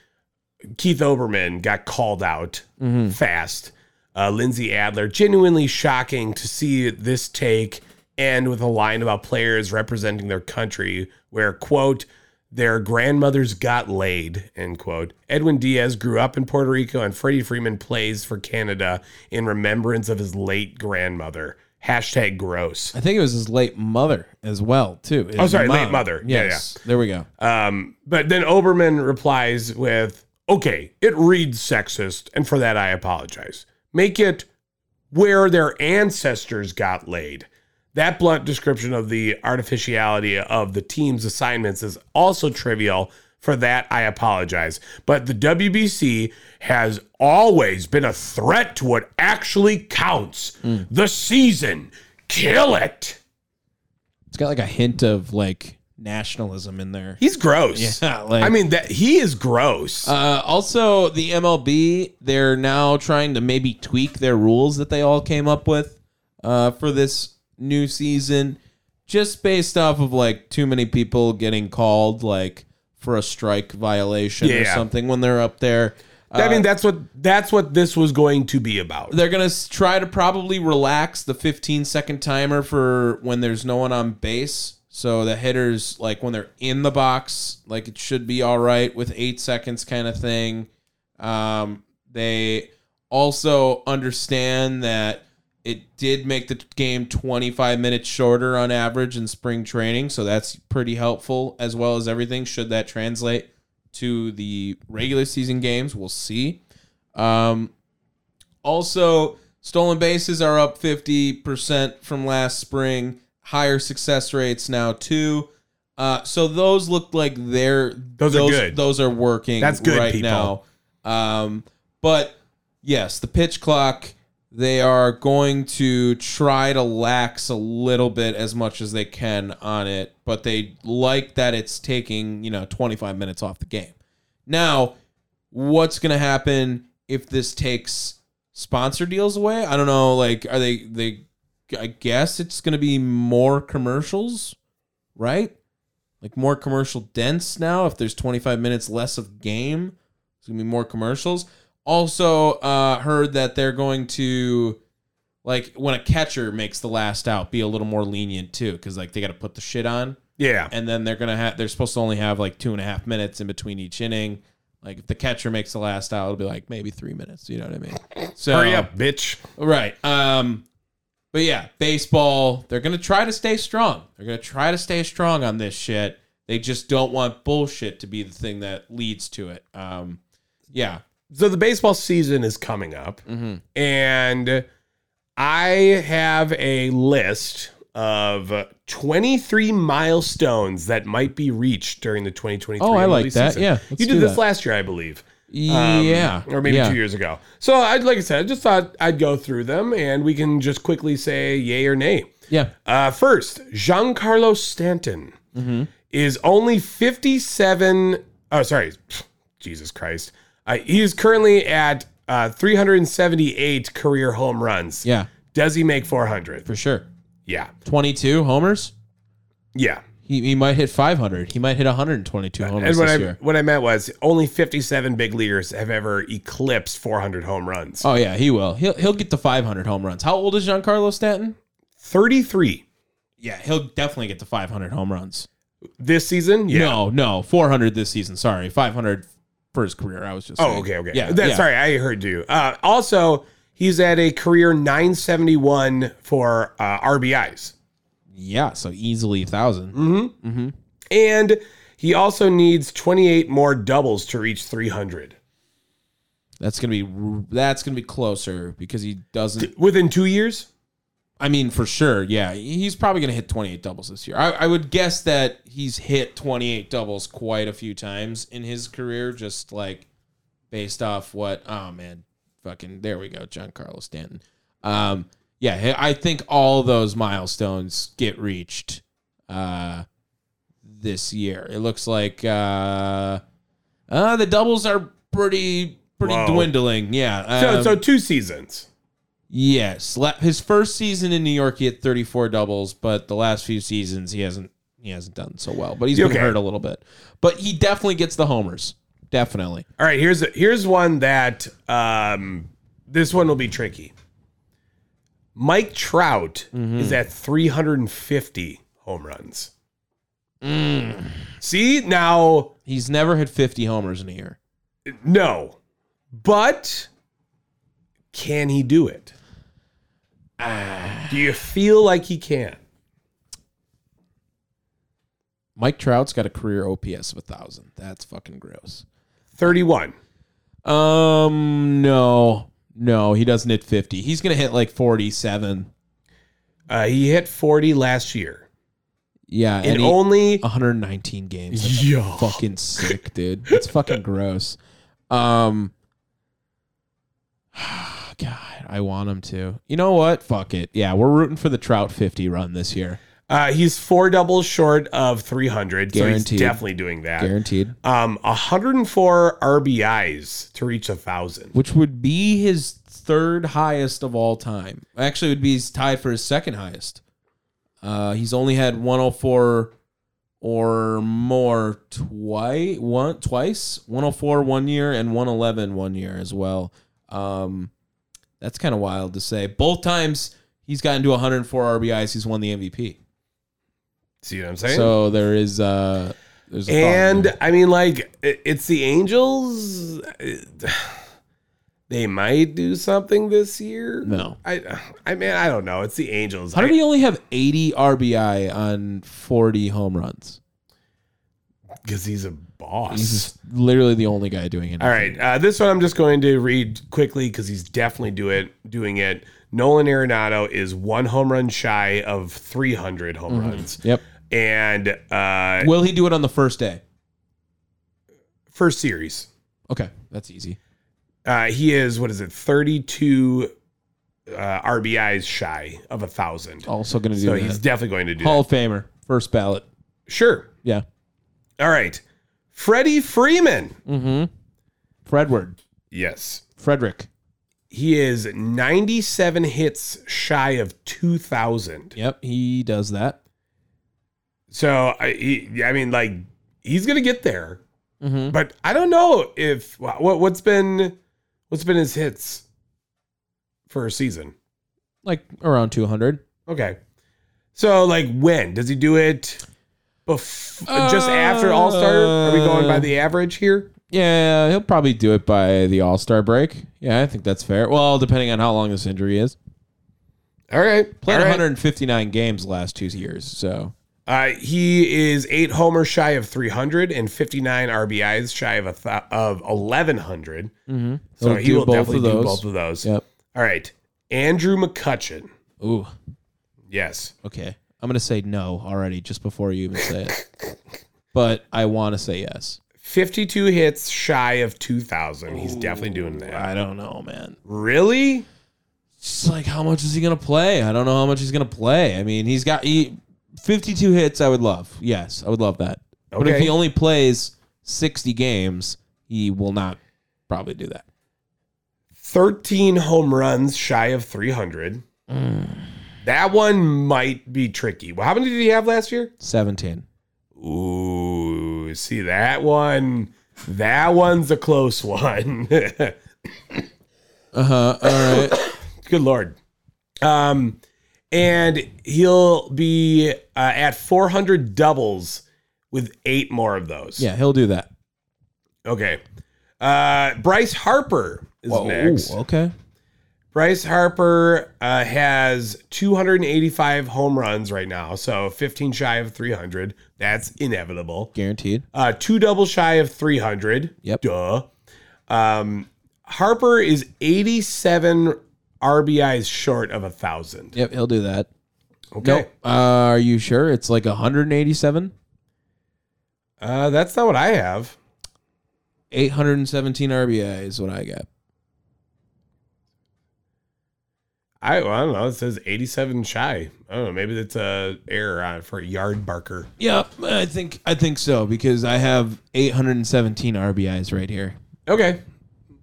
Speaker 1: keith oberman got called out fast uh lindsay adler genuinely shocking to see this take end with a line about players representing their country where quote their grandmothers got laid, end quote. Edwin Diaz grew up in Puerto Rico and Freddie Freeman plays for Canada in remembrance of his late grandmother. Hashtag gross.
Speaker 3: I think it was his late mother as well too.
Speaker 1: Oh,
Speaker 3: His
Speaker 1: sorry, late mother. Yeah,
Speaker 3: Yes, there we go.
Speaker 1: Um, but then Oberman replies with, okay, it reads sexist, and for that I apologize. Make it where their ancestors got laid. That blunt description of the artificiality of the team's assignments is also trivial. For that, I apologize. But the WBC has always been a threat to what actually counts the season. Kill it.
Speaker 3: It's got like a hint of like nationalism in there.
Speaker 1: He's gross.
Speaker 3: Yeah, like-
Speaker 1: I mean, that he is gross.
Speaker 3: Uh, also, the MLB, they're now trying to maybe tweak their rules that they all came up with uh, for this new season, just based off of like too many people getting called like for a strike violation or
Speaker 1: Yeah.
Speaker 3: something when they're up there.
Speaker 1: I
Speaker 3: Uh,
Speaker 1: mean, that's what that's what this was going to be about.
Speaker 3: they're gonna s- try to probably relax the 15 second timer for when there's no one on base so the hitters like when they're in the box like it should be all right with eight seconds kind of thing um, they also understand that it did make the t- game 25 minutes shorter on average in spring training so that's pretty helpful as well as everything should that translate to the regular season games we'll see um, also, stolen bases are up 50% from last spring. Higher success rates now too. Uh, so those look like they're
Speaker 1: Those are good.
Speaker 3: Those are working.
Speaker 1: That's good,
Speaker 3: right
Speaker 1: people.
Speaker 3: now. Um, but yes, the pitch clock. They are going to try to lax a little bit as much as they can on it, but they like that it's taking you know 25 minutes off the game. Now, what's going to happen if this takes sponsor deals away? I don't know. Like, are they they? I guess it's going to be more commercials, right? Like more commercial dense now. If there's 25 minutes less of game, it's going to be more commercials. Also, uh, heard that they're going to. Like when a catcher makes the last out, be a little more lenient too, because like they got to put the shit on
Speaker 1: yeah,
Speaker 3: and then they're gonna have they're supposed to only have like two and a half minutes in between each inning. Like if the catcher makes the last out, it'll be like maybe three minutes. You know what I mean? So
Speaker 1: hurry up, bitch.
Speaker 3: right? Um, but yeah, baseball. They're gonna try to stay strong. They're gonna try to stay strong on this shit. They just don't want bullshit to be the thing that leads to it. Um, yeah,
Speaker 1: So the baseball season is coming up,
Speaker 3: Mm-hmm.
Speaker 1: and I have a list of 23 milestones that might be reached during the 2023.
Speaker 3: Oh, I like
Speaker 1: MLB
Speaker 3: that.
Speaker 1: season.
Speaker 3: Yeah, let's
Speaker 1: you did
Speaker 3: do
Speaker 1: this
Speaker 3: that.
Speaker 1: last year, I believe.
Speaker 3: yeah,
Speaker 1: Um, or maybe
Speaker 3: yeah.
Speaker 1: two years ago. So, I like I said, I just thought I'd go through them, and we can just quickly say yay or nay.
Speaker 3: Yeah,
Speaker 1: Uh, first, Giancarlo Stanton
Speaker 3: Mm-hmm.
Speaker 1: is only 57. Oh, sorry. Jesus Christ. Uh, he is currently at uh, 378 career home runs.
Speaker 3: yeah,
Speaker 1: Does he make 400?
Speaker 3: for sure.
Speaker 1: Yeah.
Speaker 3: Twenty-two homers.
Speaker 1: Yeah.
Speaker 3: He, he might hit 500. He might hit 122
Speaker 1: And
Speaker 3: homers
Speaker 1: what
Speaker 3: this
Speaker 1: I,
Speaker 3: year.
Speaker 1: what I meant was only 57 big leaguers have ever eclipsed 400 home runs.
Speaker 3: Oh yeah, he will. He'll he'll get the 500 home runs. How old is Giancarlo Stanton?
Speaker 1: 33
Speaker 3: Yeah, he'll definitely get the 500 home runs.
Speaker 1: this season? Yeah.
Speaker 3: No, no, 400 this season. Sorry, 500 for his career. I was just.
Speaker 1: Oh,
Speaker 3: saying.
Speaker 1: okay, okay.
Speaker 3: Yeah,
Speaker 1: That-
Speaker 3: yeah.
Speaker 1: Sorry, I heard you. Uh, also, he's at a career 971 for uh, RBIs.
Speaker 3: Yeah, so easily a 1000
Speaker 1: Mm-hmm. And he also needs 28 more doubles to reach 300
Speaker 3: That's gonna be r- that's gonna be closer because he doesn't.
Speaker 1: within two years.
Speaker 3: I mean, for sure, yeah, he's probably gonna hit 28 doubles this year. I, I would guess that he's hit 28 doubles quite a few times in his career, just like based off what. Oh man, fucking there we go, John Carlos Stanton. Um, yeah, he- I think all those milestones get reached uh, this year. It looks like uh, uh, the doubles are pretty pretty
Speaker 1: Whoa.
Speaker 3: dwindling. Yeah,
Speaker 1: So,
Speaker 3: um,
Speaker 1: so two seasons.
Speaker 3: Yes, La- his first season in New York, he had 34 doubles, but the last few seasons he hasn't he hasn't done so well. But he's been
Speaker 1: Okay.
Speaker 3: hurt a little bit. But he definitely gets the homers. Definitely.
Speaker 1: All right, here's a, here's one that um, this one will be tricky. Mike Trout is at 350 home runs. See now,
Speaker 3: He's never had 50 homers in a year.
Speaker 1: no, but can he do it? do you feel like he can?
Speaker 3: Mike Trout's got a career OPS of a thousand. That's fucking gross.
Speaker 1: 31.
Speaker 3: Um, no, no, he doesn't hit 50. He's gonna hit like 47.
Speaker 1: Uh, he hit 40 last year
Speaker 3: Yeah,
Speaker 1: in
Speaker 3: and he- Oh.
Speaker 1: only
Speaker 3: 119 games. That's
Speaker 1: Yeah.
Speaker 3: fucking sick, dude. That's fucking gross. Um, God, I want him to. You know what? Fuck it. Yeah, we're rooting for the Trout 50 run this year,
Speaker 1: Uh, he's four doubles short of 300, so
Speaker 3: Guaranteed.
Speaker 1: he's definitely doing that.
Speaker 3: guaranteed.
Speaker 1: Um, 104 RBIs to reach a thousand.
Speaker 3: Which would be his third highest of all time. Actually, it would be he's tied for his second highest. Uh, he's only had 104 or more twice, one twice, 104 one year and 111 one year as well. Um, that's kind of wild to say. Both times he's gotten to 104 RBIs, he's won the MVP.
Speaker 1: See what I'm saying?
Speaker 3: So there is uh there's a thought
Speaker 1: and
Speaker 3: there.
Speaker 1: I mean, like, it- it's the Angels. It- They might do something this year.
Speaker 3: No.
Speaker 1: I, I mean, I don't know. It's the Angels.
Speaker 3: how did
Speaker 1: I-
Speaker 3: he only have 80 RBI on 40 home runs?
Speaker 1: Because he's a boss.
Speaker 3: He's just literally the only guy doing it.
Speaker 1: All right, uh, this one I'm just going to read quickly because he's definitely do it, doing it. Nolan Arenado is one home run shy of 300 home runs,
Speaker 3: Yep.
Speaker 1: and uh,
Speaker 3: Will he do it on the first day?
Speaker 1: first series,
Speaker 3: Okay, that's easy.
Speaker 1: uh, he is what is it, 32 uh, RBIs shy of a thousand.
Speaker 3: Also going to do
Speaker 1: So
Speaker 3: that.
Speaker 1: he's definitely going to do
Speaker 3: Hall of Famer, first ballot.
Speaker 1: that. Sure.
Speaker 3: Yeah.
Speaker 1: All right, Freddie Freeman. Mm-hmm.
Speaker 3: Fredward,
Speaker 1: Yes,
Speaker 3: Frederick.
Speaker 1: he is 97 hits shy of 2,000.
Speaker 3: Yep, he does that.
Speaker 1: So I, he, I mean, like he's gonna get there, but I don't know if what what's been what's been his hits for a season.
Speaker 3: Like around 200.
Speaker 1: Okay, so like when does he do it? Bef- just after All Star? Are we going by
Speaker 3: Uh,
Speaker 1: the average here?
Speaker 3: Yeah, he'll probably do it by the All Star break. Yeah, I think that's fair. Well, depending on how long this injury is.
Speaker 1: All right,
Speaker 3: Played
Speaker 1: all right.
Speaker 3: 159 games last two years, so
Speaker 1: Uh, he is eight homers shy of 300 and 59 RBIs shy of a th- of 1100. So
Speaker 3: Mm-hmm. He'll
Speaker 1: he
Speaker 3: do
Speaker 1: will
Speaker 3: both of
Speaker 1: definitely do
Speaker 3: those.
Speaker 1: both of those.
Speaker 3: yep.
Speaker 1: All right, Andrew McCutcheon.
Speaker 3: Ooh,
Speaker 1: Yes.
Speaker 3: okay. I'm gonna say no already, just before you even say it. But I want to say yes.
Speaker 1: 52 hits shy of 2,000. He's definitely doing that.
Speaker 3: I don't know, man.
Speaker 1: Really?
Speaker 3: It's like how much is he gonna play? I don't know how much he's gonna play. I mean, he's got he, 52 hits. I would love. Yes, I would love that. But if
Speaker 1: Okay.
Speaker 3: he only plays 60 games, he will not probably do that.
Speaker 1: 13 home runs shy of 300. That one might be tricky. Well, how many did he have last year?
Speaker 3: 17.
Speaker 1: Ooh, see that one. That one's a close one. Good
Speaker 3: Uh huh. All right.
Speaker 1: lord. Um, and he'll be uh, at 400 doubles with eight more of those.
Speaker 3: yeah, he'll do that.
Speaker 1: Okay. Uh, Bryce Harper is next.
Speaker 3: Ooh, okay.
Speaker 1: Bryce Harper uh, has 285 home runs right now, so 15 shy of 300. That's inevitable.
Speaker 3: Guaranteed.
Speaker 1: Uh, two double shy of 300.
Speaker 3: Yep.
Speaker 1: Duh. Um, Harper is 87 RBIs short of a thousand.
Speaker 3: Yep, he'll do that.
Speaker 1: Okay.
Speaker 3: No, uh, are you sure it's like 187?
Speaker 1: Uh, that's not what I have.
Speaker 3: 817 RBI is what I got.
Speaker 1: I, well, I don't know. It says 87 shy. I don't know. Maybe that's a error on for a yard barker.
Speaker 3: Yeah, I think I think so because I have 817 RBIs right here.
Speaker 1: Okay.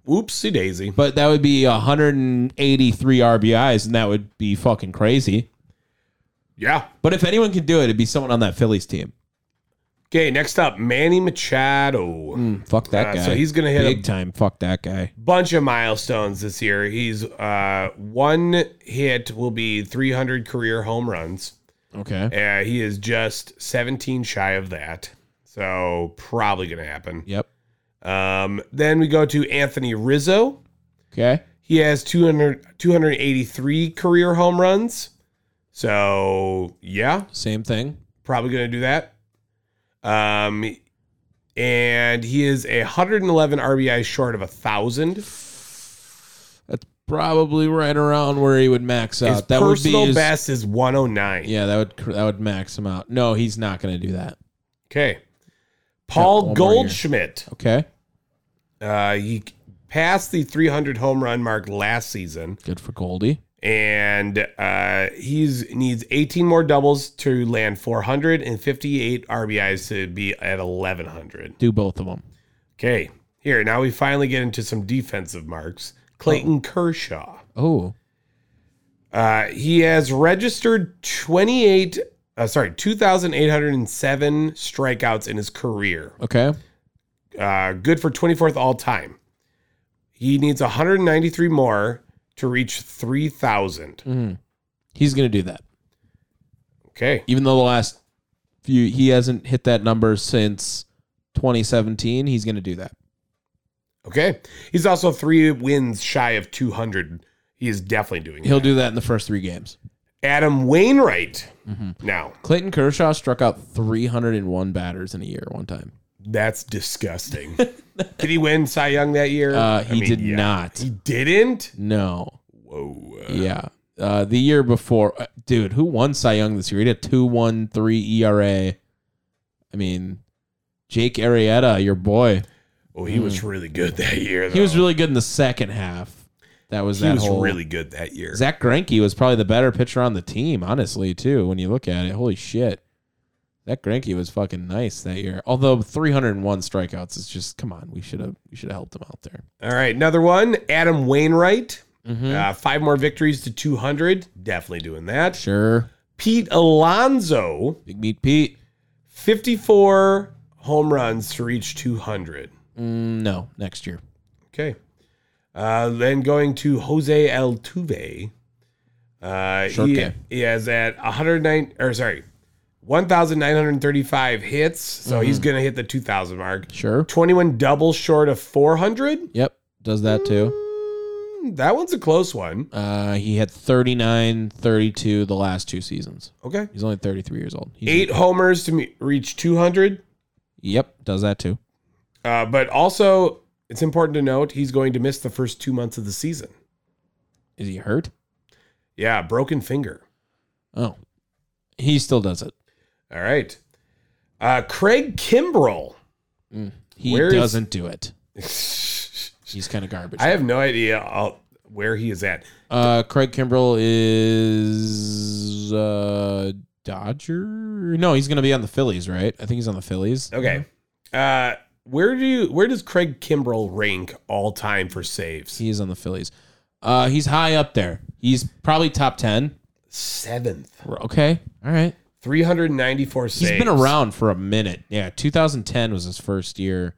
Speaker 1: Whoopsie daisy.
Speaker 3: But that would be 183 RBIs, and that would be fucking crazy.
Speaker 1: Yeah.
Speaker 3: But if anyone can do it, it'd be someone on that Phillies team.
Speaker 1: Okay. Next up, Manny Machado.
Speaker 3: Fuck Mm, that
Speaker 1: Uh,
Speaker 3: guy.
Speaker 1: so he's gonna hit
Speaker 3: big
Speaker 1: a-
Speaker 3: time. Fuck that guy.
Speaker 1: bunch of milestones this year. He's uh, one hit will be 300 career home runs.
Speaker 3: Okay.
Speaker 1: Uh, he is just 17 shy of that. So probably going to happen.
Speaker 3: Yep.
Speaker 1: Um, then we go to Anthony Rizzo.
Speaker 3: Okay.
Speaker 1: He has 200, 283 career home runs. So yeah,
Speaker 3: Same thing.
Speaker 1: probably going to do that. Um, and he is a 111 RBI short of a thousand.
Speaker 3: That's probably right around where he would max out.
Speaker 1: His
Speaker 3: that would
Speaker 1: personal
Speaker 3: be his,
Speaker 1: best is 109.
Speaker 3: Yeah, that would cr- that would max him out. No, he's not going to do that.
Speaker 1: Okay. Paul
Speaker 3: one more year.
Speaker 1: Goldschmidt.
Speaker 3: Okay.
Speaker 1: Uh, he passed the 300 home run mark last season,
Speaker 3: Good for Goldie.
Speaker 1: and uh, he's needs 18 more doubles to land 458 RBIs to be at 1100.
Speaker 3: Do both of them.
Speaker 1: Okay. Here now we finally get into some defensive marks. Clayton Kershaw.
Speaker 3: Oh,
Speaker 1: Uh, he has registered 28. Uh, sorry, 2,807 strikeouts in his career.
Speaker 3: okay.
Speaker 1: uh, good for 24th all time. He needs 193 more to reach 3,000.
Speaker 3: He's going to do that.
Speaker 1: Okay.
Speaker 3: Even though the last few he hasn't hit that number since 2017, he's going to do that.
Speaker 1: Okay. He's also three wins shy of 200. He is definitely doing
Speaker 3: He'll
Speaker 1: it.
Speaker 3: do that in the first 3 games.
Speaker 1: Adam Wainwright.
Speaker 3: Mm-hmm.
Speaker 1: Now,
Speaker 3: Clayton Kershaw struck out 301 batters in a year one time.
Speaker 1: that's disgusting. Did he win Cy Young that year?
Speaker 3: Uh, he
Speaker 1: I mean,
Speaker 3: did
Speaker 1: yeah.
Speaker 3: not.
Speaker 1: He didn't?
Speaker 3: no.
Speaker 1: Whoa.
Speaker 3: Yeah. Uh, the year before, uh, dude, who won Cy Young this year? He had a 2 1 3 ERA. E I mean, Jake Arrieta, your boy.
Speaker 1: Oh, he was really good that year.
Speaker 3: Mm. He was
Speaker 1: though.
Speaker 3: really good in the second half. That was
Speaker 1: he
Speaker 3: that
Speaker 1: was
Speaker 3: whole.
Speaker 1: really good that year.
Speaker 3: Zach Greinke was probably the better pitcher on the team, honestly, too, when you look at it. Holy shit. Zach Greinke was fucking nice that year. Although 301 strikeouts is just, come on, we should have we should have helped him out there.
Speaker 1: All right, another one. Adam Wainwright.
Speaker 3: Mm-hmm.
Speaker 1: Uh, five more victories to 200. Definitely doing that.
Speaker 3: Sure.
Speaker 1: Pete Alonso,
Speaker 3: Big Meat Pete.
Speaker 1: 54 home runs to reach 200.
Speaker 3: Mm, No, next year.
Speaker 1: Okay. Uh, then going to Jose Altuve. Uh,
Speaker 3: Short
Speaker 1: he,
Speaker 3: game.
Speaker 1: he has at 109, or sorry, 1,935 hits. So he's
Speaker 3: Mm-hmm.
Speaker 1: going to hit the 2,000 mark.
Speaker 3: Sure.
Speaker 1: 21 double short of 400.
Speaker 3: Yep. Does that too.
Speaker 1: That one's a close one.
Speaker 3: Uh, he had 39, 32 the last two seasons.
Speaker 1: Okay.
Speaker 3: He's only 33 years old. He's-
Speaker 1: eight homers to me- reach 200.
Speaker 3: Yep, does that too.
Speaker 1: Uh, but also, it's important to note he's going to miss the first two months of the season.
Speaker 3: Is he hurt?
Speaker 1: Yeah, broken finger.
Speaker 3: Oh. He still does it.
Speaker 1: All right. Uh, Craig Kimbrell.
Speaker 3: He
Speaker 1: Where is-
Speaker 3: doesn't do it. He's kind of garbage.
Speaker 1: I have no idea all, where he is at.
Speaker 3: Uh, Craig Kimbrell is uh, Dodger. No, he's going to be on the Phillies, right? I think he's on the Phillies.
Speaker 1: Okay.
Speaker 3: Mm-hmm.
Speaker 1: Uh, where do you, where does Craig Kimbrell rank all time for saves?
Speaker 3: He's on the Phillies. Uh, he's high up there. He's probably top ten.
Speaker 1: Seventh,
Speaker 3: We're- Okay, all right.
Speaker 1: three hundred ninety four saves.
Speaker 3: He's been around for a minute. Yeah, 2010 was his first year,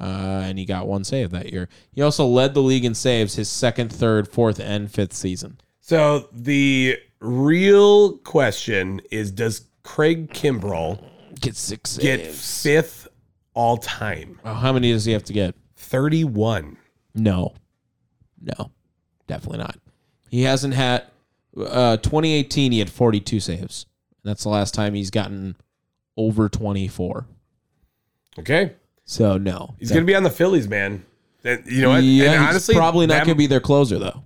Speaker 3: uh, and he got one save that year. He also led the league in saves his second, third, fourth, and fifth season.
Speaker 1: So the real question is, does Craig Kimbrell
Speaker 3: Get six saves.
Speaker 1: get fifth all time?
Speaker 3: Oh, how many does he have to get?
Speaker 1: Thirty one.
Speaker 3: No, no, definitely not. He hasn't had uh, 2018. He had 42 saves. That's the last time he's gotten over 24.
Speaker 1: Okay.
Speaker 3: So no,
Speaker 1: He's going to be on the Phillies, man. That, you know what?
Speaker 3: yeah,
Speaker 1: and
Speaker 3: he's
Speaker 1: honestly,
Speaker 3: probably not
Speaker 1: that,
Speaker 3: going to be their closer though.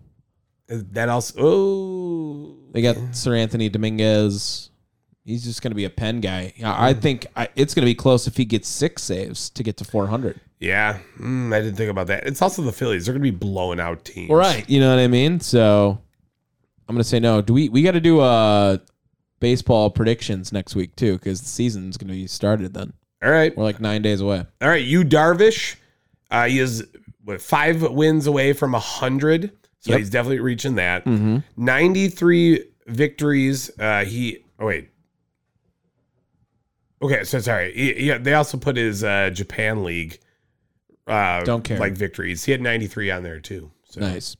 Speaker 1: That also. Oh.
Speaker 3: They got Sir Anthony Dominguez. He's just going to be a pen guy. I I think I, it's going to be close if he gets six saves to get to 400.
Speaker 1: Yeah. Mm, I didn't think about that. It's also the Phillies. They're going to be blowing out teams.
Speaker 3: You know what I mean? So I'm going to say no. Do we we got to do uh baseball predictions next week too cuz the season's going to be started then.
Speaker 1: All right.
Speaker 3: We're like 9 days away.
Speaker 1: All right, you Darvish, uh, he is what, five wins away from a hundred, so
Speaker 3: Yep. Mm-hmm.
Speaker 1: he's definitely reaching that. Ninety-three victories. Uh, he oh wait, okay, so sorry. He- Yeah, they also put his uh, Japan League. Uh,
Speaker 3: Don't care.
Speaker 1: like victories. He had ninety-three on there too. So
Speaker 3: Nice.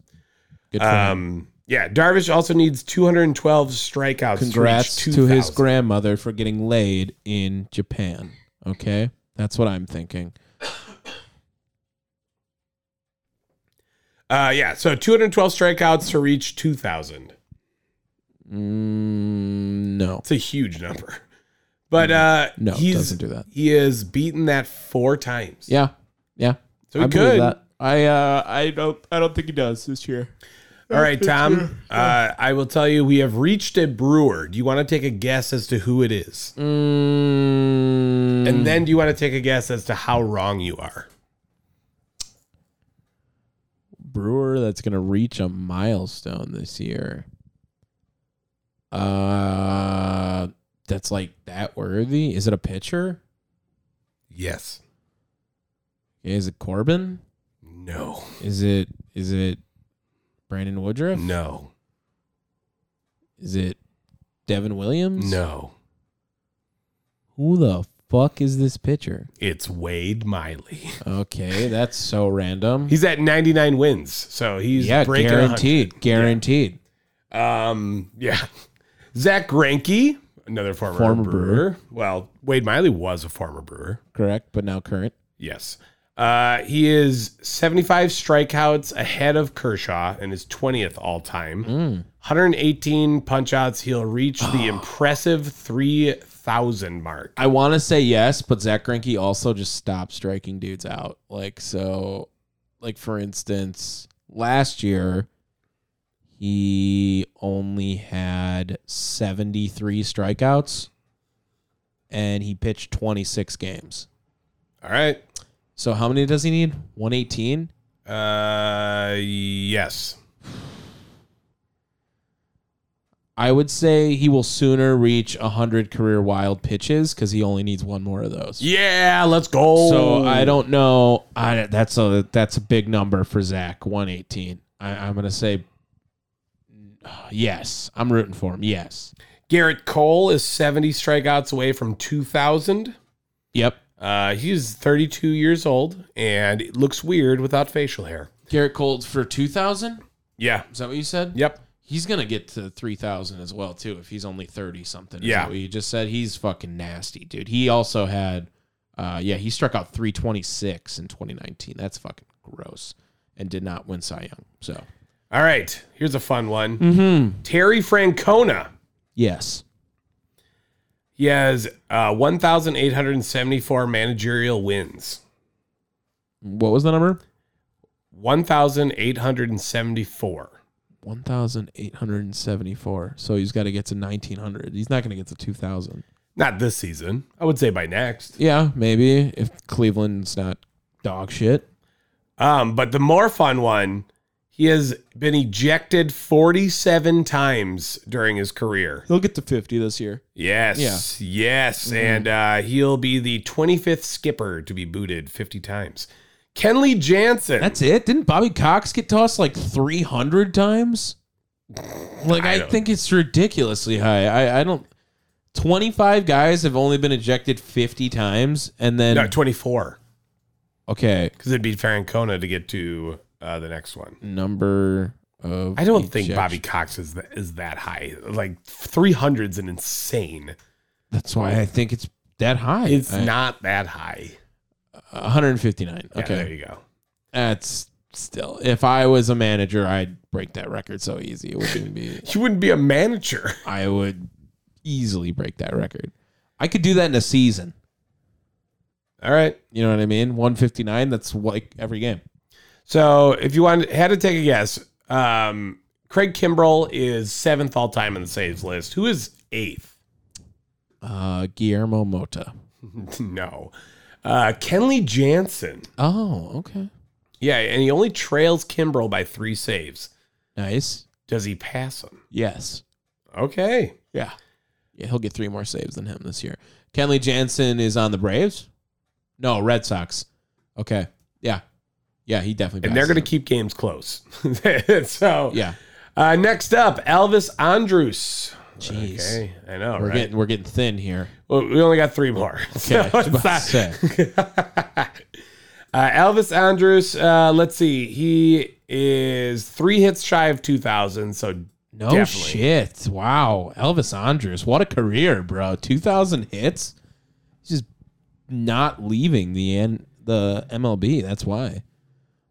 Speaker 3: Good for him.
Speaker 1: um, yeah, Darvish also needs two hundred and twelve strikeouts.
Speaker 3: Congrats to, his
Speaker 1: 2,000.
Speaker 3: grandmother for getting laid in Japan. Okay? That's what I'm thinking.
Speaker 1: Uh, yeah, so two hundred twelve strikeouts to reach two thousand.
Speaker 3: Mm, no.
Speaker 1: It's a huge number. But uh
Speaker 3: Mm. No, it
Speaker 1: he's,
Speaker 3: doesn't do that.
Speaker 1: He has beaten that four times.
Speaker 3: Yeah. Yeah.
Speaker 1: So he
Speaker 3: I believe
Speaker 1: could.
Speaker 3: that. I uh I don't I don't think he does this year.
Speaker 1: All right, Tom. Uh, I will tell you we have reached a brewer. Do you want to take a guess as to who it is?
Speaker 3: Mm,
Speaker 1: And then do you want to take a guess as to how wrong you are?
Speaker 3: brewer that's going to reach a milestone this year. Uh, that's like that worthy. Is it a pitcher?
Speaker 1: Yes.
Speaker 3: Is it Corbin?
Speaker 1: No.
Speaker 3: Is it is it Brandon Woodruff?
Speaker 1: No.
Speaker 3: Is it Devin Williams?
Speaker 1: No.
Speaker 3: Who the fuck is this pitcher?
Speaker 1: It's Wade Miley.
Speaker 3: Okay, that's so random.
Speaker 1: He's at 99 wins. So he's
Speaker 3: yeah,
Speaker 1: breaking a hundred.
Speaker 3: guaranteed, guaranteed.
Speaker 1: Um, yeah. Zach Granke, another former,
Speaker 3: Former
Speaker 1: brewer.
Speaker 3: brewer.
Speaker 1: Well, Wade Miley was a former brewer.
Speaker 3: Correct, but now current.
Speaker 1: Yes. Uh, he is 75 strikeouts ahead of Kershaw and is 20th all time. 118 punch outs. He'll reach the impressive 3,000 mark.
Speaker 3: I want to say yes, but Zach Greinke also just stopped striking dudes out. Like so, like for instance, last year he only had seventy three strikeouts, and he pitched twenty six games.
Speaker 1: All right.
Speaker 3: So how many does he need? One eighteen.
Speaker 1: Uh, yes.
Speaker 3: I would say he will sooner reach hundred career wild pitches because he only needs one more of those.
Speaker 1: Yeah, let's go.
Speaker 3: So I don't know. I that's a that's a big number for Zach. One eighteen. I'm gonna say yes. I'm rooting for him. Yes.
Speaker 1: Garrett Cole is 70 strikeouts away from 2,000.
Speaker 3: Yep.
Speaker 1: Uh, he's 32 years old and it looks weird without facial hair.
Speaker 3: Garrett Cole for two thousand.
Speaker 1: Yeah.
Speaker 3: Is that what you said?
Speaker 1: Yep.
Speaker 3: He's gonna get to three thousand as well too if he's only thirty something. is
Speaker 1: Yeah.
Speaker 3: that what you just said he's fucking nasty, dude. He also had, uh, yeah, he struck out three twenty six in twenty nineteen. That's fucking gross, and did not win Cy Young. So
Speaker 1: All right. Here's a fun one. Terry Francona.
Speaker 3: yes,
Speaker 1: He has uh, 1,874 managerial wins.
Speaker 3: what was the number?
Speaker 1: 1,874.
Speaker 3: 1,874. So he's got to get to 1,900. He's not going to get to 2,000.
Speaker 1: Not this season. I would say by next.
Speaker 3: Yeah, maybe if Cleveland's not dog shit.
Speaker 1: Um, but the more fun one, he has been ejected 47 times during his career.
Speaker 3: He'll get to 50 this year.
Speaker 1: Yes. Yes. And uh, he'll be the 25th skipper to be booted 50 times. Kenley Jansen.
Speaker 3: That's it? Didn't Bobby Cox get tossed like 300 times? Like,
Speaker 1: I
Speaker 3: I,
Speaker 1: don't-
Speaker 3: think it's ridiculously high. I, I don't. 25 guys have only been ejected 50 times. And then,
Speaker 1: no, 24.
Speaker 3: okay,
Speaker 1: Because it'd be Francona to get to uh, the next one.
Speaker 3: number of.
Speaker 1: I don't think
Speaker 3: ejection-
Speaker 1: Bobby Cox is that, is that high. Like 300 is an insane.
Speaker 3: That's why I think it's that high.
Speaker 1: It's
Speaker 3: I-
Speaker 1: not that high.
Speaker 3: 159.
Speaker 1: Yeah,
Speaker 3: okay.
Speaker 1: There you go.
Speaker 3: That's still, if I was a manager, I'd break that record so easy. It wouldn't be.
Speaker 1: You wouldn't be a manager.
Speaker 3: I would easily break that record. I could do that in a season.
Speaker 1: All right.
Speaker 3: You know what I mean? 159. That's like every game.
Speaker 1: So if you wanted, had to take a guess, um, Craig Kimbrell is seventh all time in the saves list. Who is eighth?
Speaker 3: Uh, Guillermo Mota.
Speaker 1: no. Uh, Kenley Jansen.
Speaker 3: Oh, okay.
Speaker 1: Yeah, and he only trails Kimbrell by three saves.
Speaker 3: Nice.
Speaker 1: Does he pass him?
Speaker 3: Yes.
Speaker 1: Okay.
Speaker 3: Yeah. Yeah, he'll get three more saves than him this year. Kenley Jansen is on the Braves? No, Red Sox. Okay. Yeah. Yeah, he definitely
Speaker 1: And they're
Speaker 3: passes
Speaker 1: going to
Speaker 3: him.
Speaker 1: keep games close. so,
Speaker 3: Yeah.
Speaker 1: uh, next up, Elvis Andrus.
Speaker 3: Jeez.
Speaker 1: Okay, I know,
Speaker 3: We're
Speaker 1: right?
Speaker 3: getting we're getting thin here.
Speaker 1: Well, we only got three more. So
Speaker 3: Okay, I was
Speaker 1: it's
Speaker 3: about to
Speaker 1: not-
Speaker 3: say.
Speaker 1: Uh, Elvis Andrus, uh, let's see. He is three hits shy of 2,000. So
Speaker 3: No
Speaker 1: Definitely.
Speaker 3: shit. Wow. Elvis Andrus, what a career, bro. 2000 hits. He's just not leaving the N- the MLB. That's why.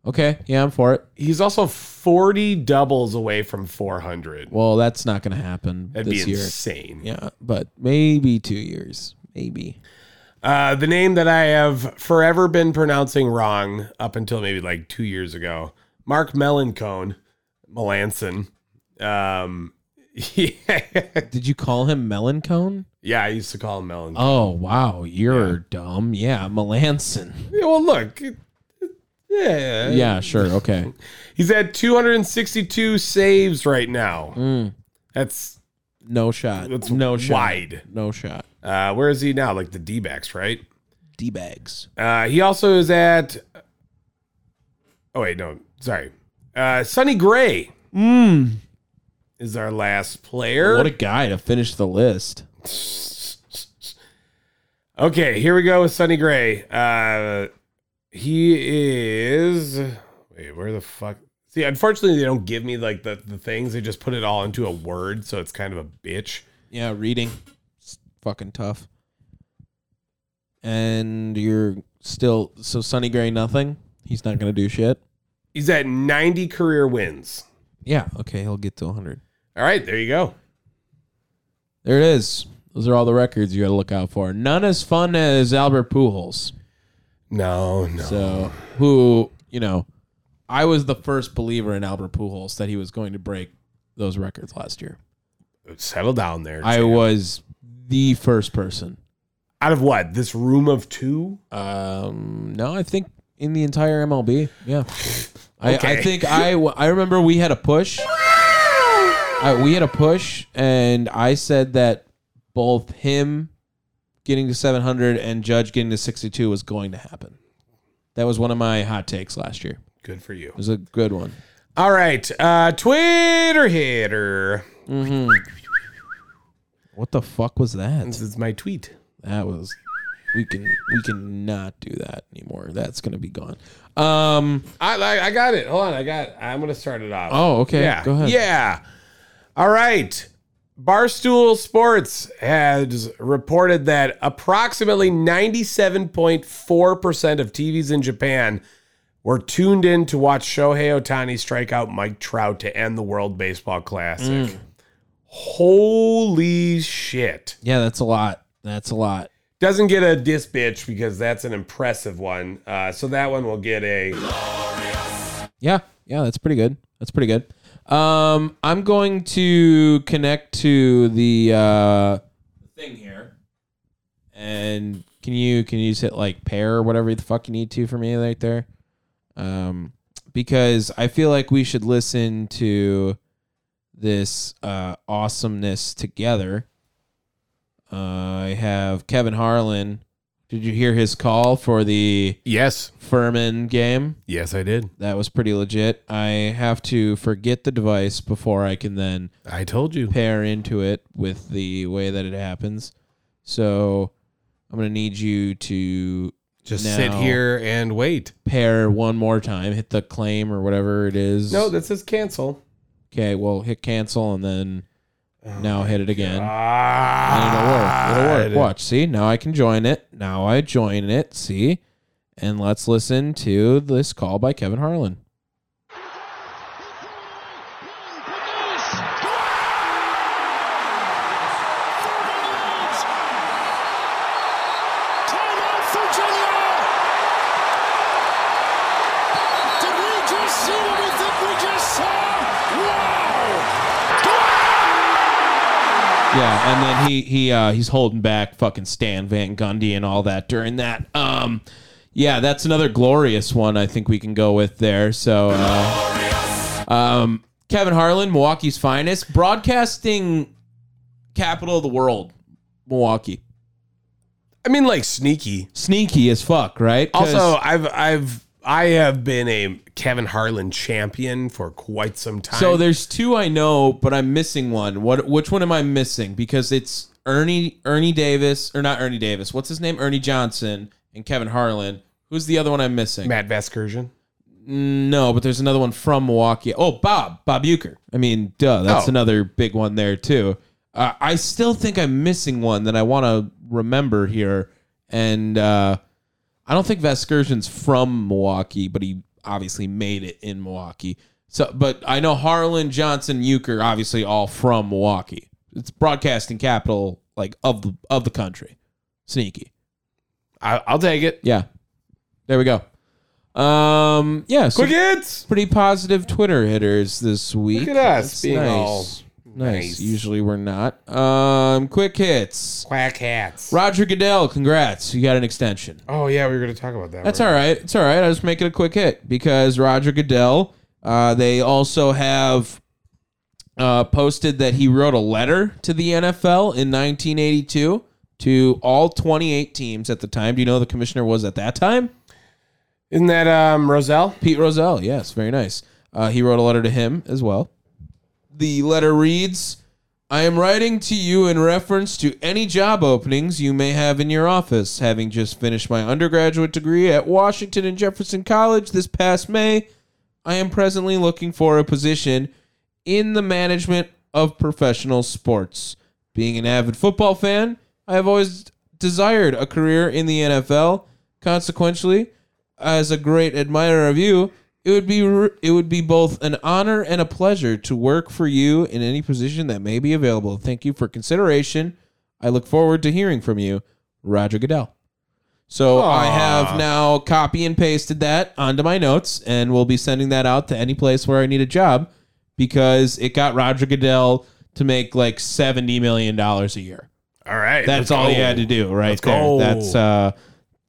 Speaker 3: Okay. Yeah, I'm for it.
Speaker 1: he's also 40 doubles away from 400.
Speaker 3: Well, that's not going to happen
Speaker 1: That'd
Speaker 3: this
Speaker 1: be
Speaker 3: year.
Speaker 1: insane.
Speaker 3: Yeah, but maybe 2 years. Maybe.
Speaker 1: Uh, the name that I have forever been pronouncing wrong up until maybe like two years ago, Mark Melancone, Melanson. Um, yeah,
Speaker 3: Did you call him Melancone?
Speaker 1: I used to call him Melancone.
Speaker 3: Oh, wow. You're dumb. Yeah, Melanson.
Speaker 1: Yeah, well, look, it- it- yeah,
Speaker 3: Yeah, sure. Okay.
Speaker 1: He's at 262 saves right now. That's
Speaker 3: No shot.
Speaker 1: that's
Speaker 3: Mm. no shot.
Speaker 1: wide.
Speaker 3: No shot.
Speaker 1: Uh, where is he now? Like the D backs, right?
Speaker 3: D-bags.
Speaker 1: Uh, he also is at. Oh wait, no, sorry. Uh, Sonny Gray is our last player.
Speaker 3: What a guy to finish the list.
Speaker 1: okay, here we go with Sonny Gray. Uh, he is. Wait, where the fuck? See, unfortunately, they don't give me like the, the things. They just put it all into a word, so it's kind of a bitch.
Speaker 3: Yeah, reading. It's fucking tough. And you're still so Sonny Gray nothing? He's not gonna do shit.
Speaker 1: He's at 90 career wins.
Speaker 3: Yeah, okay, he'll get to hundred.
Speaker 1: All right, there you go.
Speaker 3: There it is. Those are all the records you gotta look out for. None as fun as Albert Pujols.
Speaker 1: No, no.
Speaker 3: So who you know, I was the first believer in Albert Pujols that he was going to break those records last year.
Speaker 1: Settle down there.
Speaker 3: I
Speaker 1: Jay.
Speaker 3: was the first person.
Speaker 1: Out of what? This room of two?
Speaker 3: Um, no, I think in the entire MLB. Yeah. I, I
Speaker 1: Okay.
Speaker 3: think I, I remember we had a push. I, we had a push, and I said that both him getting to 700 and Judge getting to 62 was going to happen. That was one of my hot takes last year.
Speaker 1: Good for you.
Speaker 3: It was a good one.
Speaker 1: All right. Uh, Twitter hitter.
Speaker 3: What the fuck was that?
Speaker 1: This is my tweet.
Speaker 3: That was we can we can not do that anymore. That's gonna be gone. Um.
Speaker 1: I, I, I got it. Hold on. I got I'm going to start it off.
Speaker 3: Oh, okay.
Speaker 1: yeah.
Speaker 3: Go ahead.
Speaker 1: Yeah. All right. Barstool Sports has reported that approximately 97.4% of TVs in Japan were tuned in to watch Shohei Otani strike out Mike Trout to end the World Baseball Classic. Holy shit.
Speaker 3: Yeah, that's a lot. That's a lot.
Speaker 1: Doesn't get a dis bitch because that's an impressive one. Uh, so that one will get a.
Speaker 3: Yeah, yeah, that's pretty good. That's pretty good. Um, I'm going to connect to the uh, thing here, and can you can you just hit like pair or whatever the fuck you need to for me right there? Um, because I feel like we should listen to this uh, awesomeness together. Uh, I have Kevin Harlan. Did you hear his call for the
Speaker 1: Yes.
Speaker 3: Furman game?
Speaker 1: Yes, I did.
Speaker 3: That was pretty legit. I have to forget the device before I can then
Speaker 1: I told you.
Speaker 3: pair into it with the way that it happens. So I'm going to need you to
Speaker 1: Just
Speaker 3: now
Speaker 1: sit here and wait.
Speaker 3: pair one more time, hit the claim or whatever it is.
Speaker 1: No, that says cancel.
Speaker 3: okay, well, hit cancel and then now hit it again.
Speaker 1: Oh Ah,
Speaker 3: And it'll work. It'll work. Watch. See, now I can join it. Now I join it. See? And let's listen to this call by Kevin Harlan. Yeah, and then he he uh, he's holding back fucking Stan Van Gundy and all that during that. Um, yeah, that's another glorious one. I think we can go with there. So, uh, um, Kevin Harlan, Milwaukee's finest, broadcasting capital of the world, Milwaukee.
Speaker 1: I mean, like sneaky.
Speaker 3: Sneaky as fuck, right? 'Cause-
Speaker 1: Also, I've I've I have been a Kevin Harlan champion for quite some time.
Speaker 3: so there's two I know, but I'm missing one. What? Which one am I missing? Because it's Ernie Ernie Davis or not Ernie Davis? What's his name? Ernie Johnson and Kevin Harlan. Who's the other one I'm missing?
Speaker 1: Matt Vaskersian.
Speaker 3: No, but there's another one from Milwaukee. Oh, Bob, Bob Euchre. I mean, duh, that's
Speaker 1: Oh.
Speaker 3: another big one there too. Uh, I still think I'm missing one that I want to remember here, and uh, I don't think Vaskersian's from Milwaukee, but he obviously made it in Milwaukee. So, but I know Harlan, Johnson, Euchre, obviously all from Milwaukee. It's broadcasting capital like of the of the country. Sneaky.
Speaker 1: I, I'll take it.
Speaker 3: Yeah. There we go. Um, yeah. So
Speaker 1: Quick hits.
Speaker 3: pretty positive Twitter hitters this week.
Speaker 1: Look at us
Speaker 3: That's
Speaker 1: being
Speaker 3: nice.
Speaker 1: all
Speaker 3: nice.
Speaker 1: nice.
Speaker 3: Usually we're not. Um, quick hits.
Speaker 1: Quack hats.
Speaker 3: Roger Goodell, congrats. You got an extension.
Speaker 1: Oh yeah, we were going to talk about that.
Speaker 3: That's
Speaker 1: right?
Speaker 3: all right. It's all right. I'll just make it a quick hit because Roger Goodell, uh, they also have uh, posted that he wrote a letter to the NFL in 1982 to all 28 teams at the time. Do you know who the commissioner was at that time?
Speaker 1: Isn't that um Roselle?
Speaker 3: Pete Rozelle, yes, very nice. Uh, he wrote a letter to him as well. The letter reads I am writing to you in reference to any job openings you may have in your office. Having just finished my undergraduate degree at Washington and Jefferson College this past May, I am presently looking for a position in the management of professional sports. Being an avid football fan, I have always desired a career in the NFL. Consequently, as a great admirer of you, it would be it would be both an honor and a pleasure to work for you in any position that may be available. Thank you for consideration. I look forward to hearing from you, Roger Goodell. So I have now copy and pasted that onto my notes, and we'll be sending that out to any place where I need a job because it got Roger Goodell to make like seventy million dollars a year.
Speaker 1: All right. let's
Speaker 3: That's all he
Speaker 1: go.
Speaker 3: had to do right
Speaker 1: Let's
Speaker 3: there.
Speaker 1: go.
Speaker 3: That's uh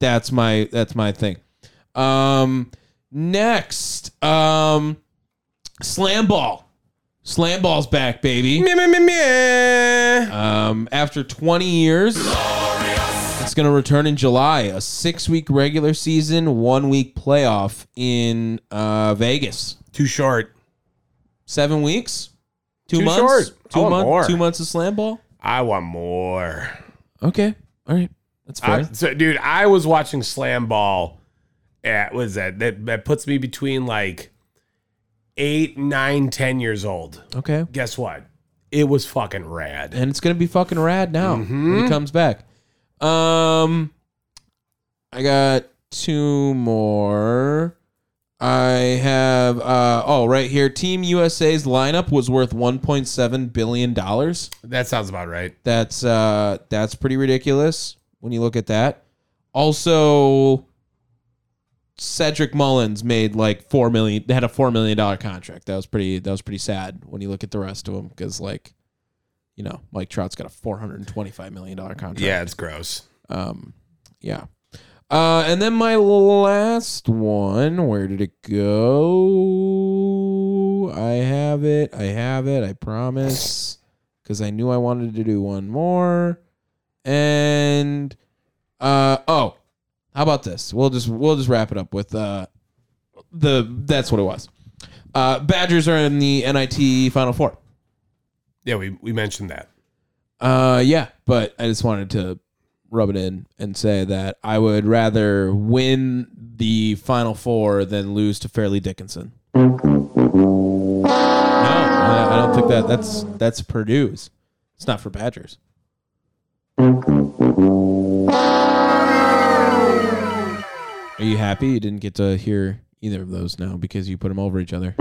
Speaker 3: that's my that's my thing. Um next, um slam ball. Slam ball's back, baby.
Speaker 1: Meh, meh, meh, meh.
Speaker 3: Um, after 20 years, it's going to return in July. A six week regular season, one week playoff in uh, Vegas.
Speaker 1: Too short.
Speaker 3: Seven weeks? Two
Speaker 1: Too
Speaker 3: months?
Speaker 1: short.
Speaker 3: Two
Speaker 1: I want
Speaker 3: months?
Speaker 1: more.
Speaker 3: Two months of slam ball?
Speaker 1: I want more.
Speaker 3: Okay. All right. That's fair.
Speaker 1: I- so, dude, I was watching Slam Ball. At what is that? That that puts me between like eight, nine, ten years old.
Speaker 3: okay.
Speaker 1: Guess what? It was fucking rad.
Speaker 3: and it's gonna be fucking rad now when he comes back. Um, I got two more. I have uh oh right here. Team USA's lineup was worth 1.7 billion dollars.
Speaker 1: That sounds about right.
Speaker 3: That's uh that's pretty ridiculous when you look at that. Also, Cedric Mullins made like four million. They had a four million dollar contract. That was pretty. That was pretty sad when you look at the rest of them because like, you know, Mike Trout's got a four hundred and twenty five million dollar contract.
Speaker 1: Yeah, it's gross.
Speaker 3: Um, yeah. Uh, and then my last one, where did it go? I have it. I have it. I promise. Because I knew I wanted to do one more. And uh oh, how about this? We'll just we'll just wrap it up with uh the that's what it was. Uh, Badgers are in the NIT Final Four.
Speaker 1: Yeah, we, we mentioned that.
Speaker 3: Uh, yeah, but I just wanted to rub it in and say that I would rather win the Final Four than lose to Fairleigh Dickinson. No, I I don't think that that's that's Purdue's. It's not for Badgers. Are you happy you didn't get to hear either of those now because you put them over each other?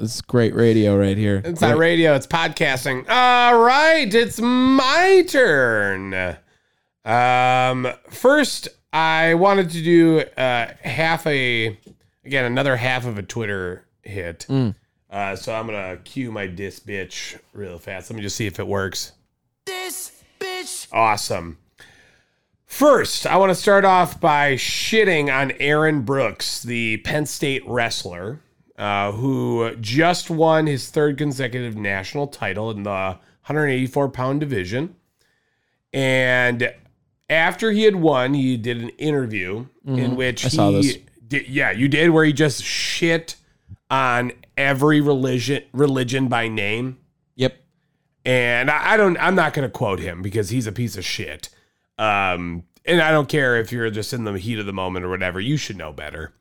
Speaker 3: It's great radio right here.
Speaker 1: It's not radio, it's podcasting. All right, it's my turn. Um, first, I wanted to do uh, half a, again, another half of a Twitter hit. Uh, so I'm gonna cue my dis bitch real fast. Let me just see if it works. This bitch. Awesome. First, I want to start off by shitting on Aaron Brooks, the Penn State wrestler, uh, who just won his third consecutive national title in the 184 pound division. And after he had won, he did an interview in which
Speaker 4: Mm-hmm. I saw
Speaker 1: he
Speaker 4: this.
Speaker 1: did, yeah, you did, where he just shit on every religion religion by name.
Speaker 3: Yep.
Speaker 1: And I, I don't, I'm not going to quote him because he's a piece of shit. Um, and I don't care if you're just in the heat of the moment or whatever, you should know better.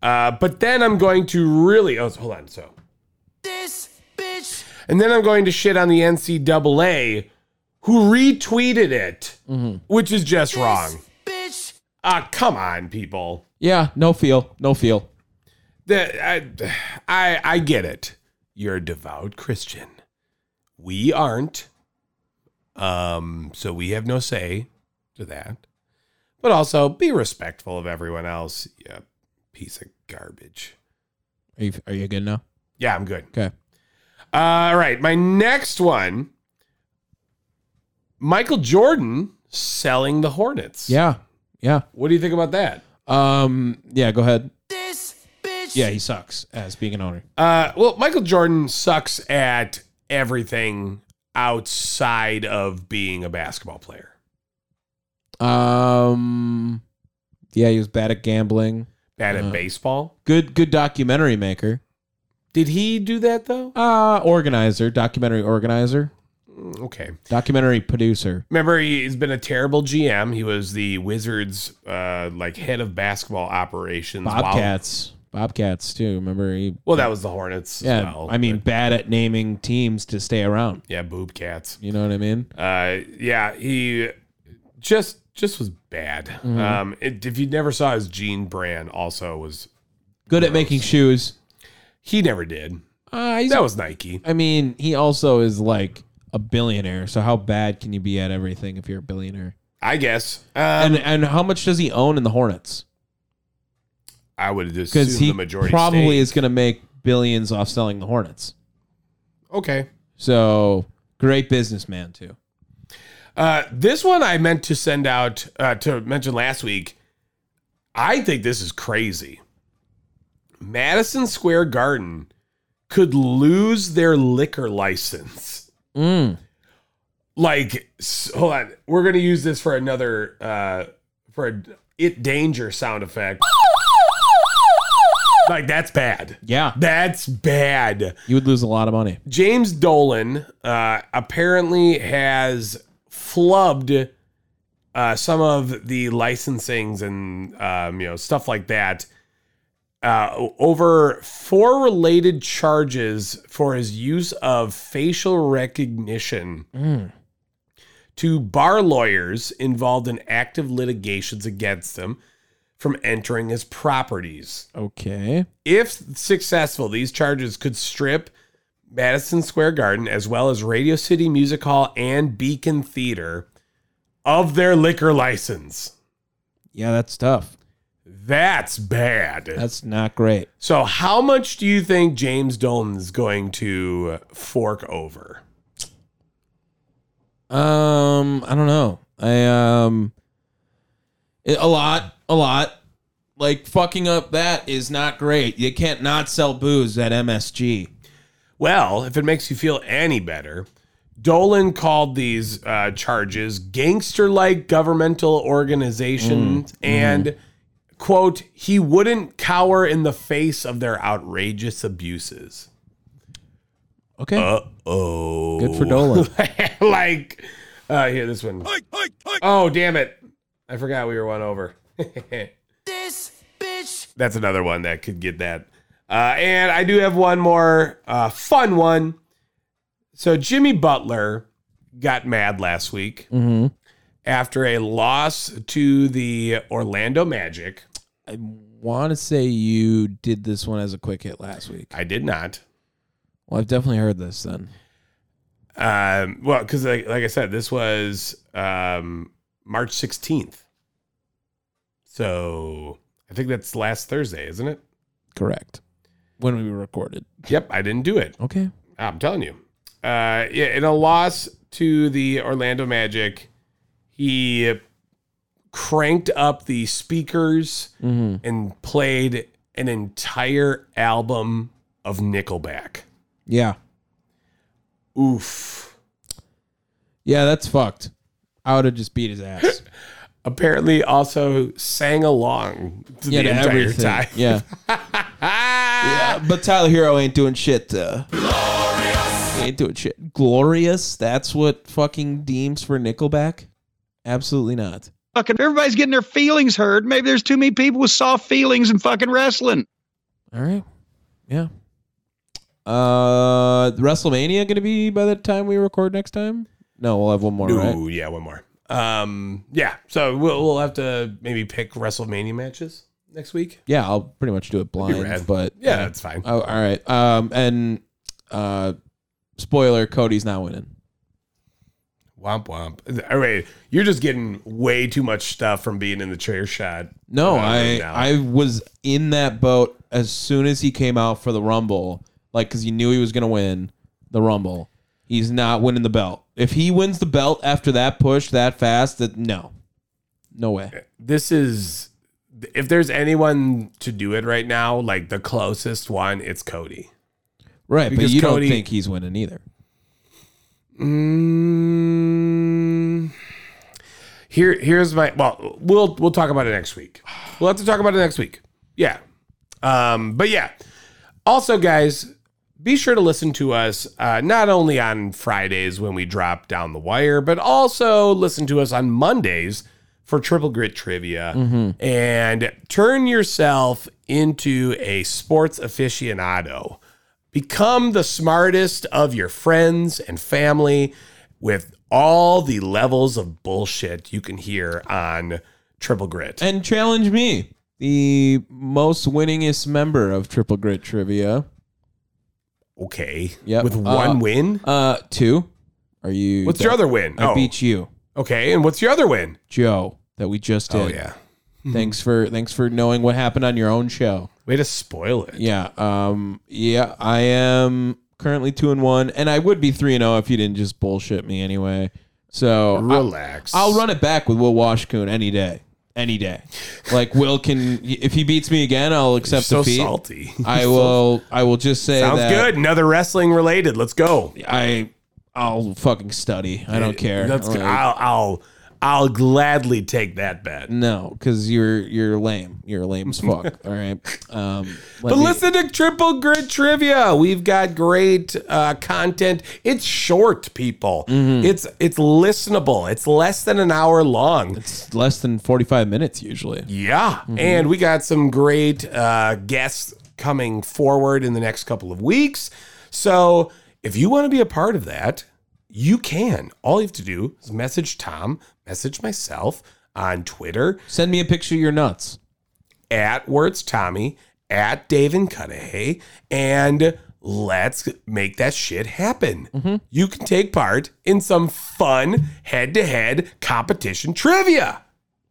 Speaker 1: Uh, but then I'm going to really, oh, hold on. So this bitch. And then I'm going to shit on the NCAA who retweeted it, which is just wrong. Bitch. Uh, come on, people.
Speaker 3: Yeah. No feel. No feel.
Speaker 1: That I, I, I get it. You're a devout Christian. We aren't. Um, so we have no say to that. But also be respectful of everyone else. Yeah, piece of garbage.
Speaker 3: Are you, are you good now?
Speaker 1: Yeah, I'm good. Uh,
Speaker 3: Okay.
Speaker 1: All right, my next one. Michael Jordan selling the Hornets.
Speaker 3: Yeah. Yeah.
Speaker 1: What do you think about that?
Speaker 3: Um. Yeah. Go ahead. This bitch. Yeah, he sucks as being an owner.
Speaker 1: Uh, well, Michael Jordan sucks at everything outside of being a basketball player.
Speaker 3: Um. Yeah, he was bad at gambling.
Speaker 1: Bad at
Speaker 3: Uh-huh.
Speaker 1: baseball.
Speaker 3: Good. Good documentary maker.
Speaker 1: Did he do that though?
Speaker 3: Uh organizer. Documentary organizer.
Speaker 1: Okay.
Speaker 3: Documentary producer.
Speaker 1: Remember, he's been a terrible GM. He was the Wizards, uh, like head of basketball operations. while-
Speaker 3: Bobcats. Bobcats too. Remember he.
Speaker 1: well, that was the Hornets. as
Speaker 3: Yeah.
Speaker 1: well,
Speaker 3: I mean,
Speaker 1: but-
Speaker 3: bad at naming teams to stay around.
Speaker 1: yeah, boob cats.
Speaker 3: You know what I mean?
Speaker 1: Uh, yeah, he just just was bad.
Speaker 3: Mm-hmm.
Speaker 1: Um, it, if you never saw his Gene Brand, also was
Speaker 3: Good at making shoes.
Speaker 1: he never did.
Speaker 3: Uh, he's
Speaker 1: That was Nike.
Speaker 3: I mean, he also is like a billionaire. So how bad can you be at everything if you're a billionaire?
Speaker 1: I guess. Um,
Speaker 3: and and how much does he own in the Hornets?
Speaker 1: I would just
Speaker 3: Because
Speaker 1: assume
Speaker 3: he
Speaker 1: the majority
Speaker 3: probably
Speaker 1: stayed.
Speaker 3: is going to make billions off selling the Hornets.
Speaker 1: Okay.
Speaker 3: So great businessman too.
Speaker 1: Uh, this one I meant to send out uh, to mention last week. I think this is crazy. Madison Square Garden could lose their liquor license.
Speaker 3: Mm.
Speaker 1: Like, s- hold on, we're gonna use this for another uh, for a it danger sound effect. Like that's bad.
Speaker 3: Yeah,
Speaker 1: That's bad.
Speaker 3: you would lose a lot of money.
Speaker 1: James Dolan uh, apparently has flubbed uh, some of the licensings and um, you know stuff like that uh, o- over four related charges for his use of facial recognition to bar lawyers involved in active litigations against him from entering his properties.
Speaker 3: Okay.
Speaker 1: If successful, these charges could strip Madison Square Garden as well as Radio City Music Hall and Beacon Theater of their liquor license.
Speaker 3: Yeah, that's tough.
Speaker 1: That's bad.
Speaker 3: That's not great.
Speaker 1: so, how much do you think James Dolan's going to fork over?
Speaker 3: Um, I don't know. I um, it- a lot, a lot. Like fucking up that is not great. You can't not sell booze at MSG.
Speaker 1: Well, if it makes you feel any better, Dolan called these uh, charges gangster like governmental organizations and, quote, he wouldn't cower in the face of their outrageous abuses.
Speaker 3: Okay.
Speaker 1: Uh oh.
Speaker 3: Good for Dolan.
Speaker 1: like, uh, here, this one. Oh, damn it. I forgot we were one over. this bitch. That's another one that could get that. Uh, and I do have one more uh, fun one. So Jimmy Butler got mad last week
Speaker 3: mm-hmm.
Speaker 1: after a loss to the Orlando Magic.
Speaker 3: I want to say you did this one as a quick hit last week.
Speaker 1: I did not.
Speaker 3: Well, I've definitely heard this then.
Speaker 1: Um, well, because like, like I said, this was um, March 16th. So I think that's last Thursday, isn't it?
Speaker 3: Correct. when we recorded.
Speaker 1: Yep, I didn't do it.
Speaker 3: Okay.
Speaker 1: I'm telling you. Uh, yeah, in a loss to the Orlando Magic, he cranked up the speakers
Speaker 3: Mm-hmm.
Speaker 1: and played an entire album of Nickelback.
Speaker 3: Yeah.
Speaker 1: Oof.
Speaker 3: Yeah, that's fucked. I would have just beat his ass.
Speaker 1: Apparently, also sang along to
Speaker 3: yeah,
Speaker 1: the
Speaker 3: to
Speaker 1: entire
Speaker 3: everything.
Speaker 1: time.
Speaker 3: Yeah. yeah. But Tyler Hero ain't doing shit. Uh, Glorious. Ain't doing shit. Glorious. That's what fucking deems for Nickelback. Absolutely not.
Speaker 4: Fucking everybody's getting their feelings hurt. Maybe there's too many people with soft feelings in fucking wrestling.
Speaker 3: All right. Yeah. Uh, WrestleMania gonna be by the time we record next time. No, we'll have one more.
Speaker 1: Ooh,
Speaker 3: right?
Speaker 1: yeah, one more. Um, yeah. So we'll we'll have to maybe pick WrestleMania matches next week.
Speaker 3: Yeah, I'll pretty much do it blind.
Speaker 1: rad.
Speaker 3: But
Speaker 1: Yeah, that's fine.
Speaker 3: Oh, all right. Um, and uh, spoiler: Cody's not winning.
Speaker 1: Womp womp. All right, you're just getting way too much stuff from being in the chair shot.
Speaker 3: No,
Speaker 1: Uh,
Speaker 3: I
Speaker 1: no.
Speaker 3: I was in that boat as soon as he came out for the Rumble, like because he knew he was gonna win the Rumble. He's not winning the belt. If he wins the belt after that push that fast, that no, no way.
Speaker 1: This is if there's anyone to do it right now, like the closest one, it's Cody.
Speaker 3: Right,
Speaker 1: Because
Speaker 3: but you
Speaker 1: Cody-
Speaker 3: don't think he's winning either.
Speaker 1: Mm, here, here's my. Well, we'll we'll talk about it next week. We'll have to talk about it next week. Yeah. Um. But yeah. Also, guys, be sure to listen to us uh, not only on Fridays when we drop down the wire, but also listen to us on Mondays for Triple Grit Trivia
Speaker 3: Mm-hmm.
Speaker 1: and turn yourself into a sports aficionado. Become the smartest of your friends and family with all the levels of bullshit you can hear on Triple Grit.
Speaker 3: And challenge me, the most winningest member of Triple Grit Trivia.
Speaker 1: Okay.
Speaker 3: Yep.
Speaker 1: With one
Speaker 3: Uh,
Speaker 1: win?
Speaker 3: Uh, two. Are you?
Speaker 1: What's your other win? Oh,
Speaker 3: I beat you, Oh,
Speaker 1: Okay, and what's your other win?
Speaker 3: Joe. That we just
Speaker 1: Oh,
Speaker 3: did.
Speaker 1: Mm-hmm.
Speaker 3: Thanks for thanks for knowing what happened on your own show.
Speaker 1: Way to spoil it.
Speaker 3: Yeah. Um. Yeah. I am currently two and one, and I would be three and zero if you didn't just bullshit me anyway. So I-
Speaker 1: Relax.
Speaker 3: I'll run it back with Will Washkoon any day. Any day. Like Will can if he beats me again, I'll accept
Speaker 1: so
Speaker 3: defeat.
Speaker 1: salty.
Speaker 3: I will I will just say
Speaker 1: Sounds
Speaker 3: that
Speaker 1: good. Another wrestling related. Let's go.
Speaker 3: I I'll fucking study. I don't care.
Speaker 1: Let's
Speaker 3: Like,
Speaker 1: go. I'll I'll I'll gladly take that bet.
Speaker 3: no, because you're you're lame. You're lame as fuck. All right. Um let
Speaker 1: But
Speaker 3: me-
Speaker 1: listen to Triple Grid Trivia. We've got great uh, content. It's short, people.
Speaker 3: Mm-hmm.
Speaker 1: It's it's listenable. It's less than an hour long.
Speaker 3: it's less than forty five minutes usually.
Speaker 1: Yeah. And we got some great uh, guests coming forward in the next couple of weeks. So if you want to be a part of that, you can. All you have to do is message Tom, message myself on Twitter
Speaker 3: Send me a picture of your nuts.
Speaker 1: at Words Tommy, at Dave and Cudahy, and let's make that shit happen. You can take part in some fun head to head competition trivia.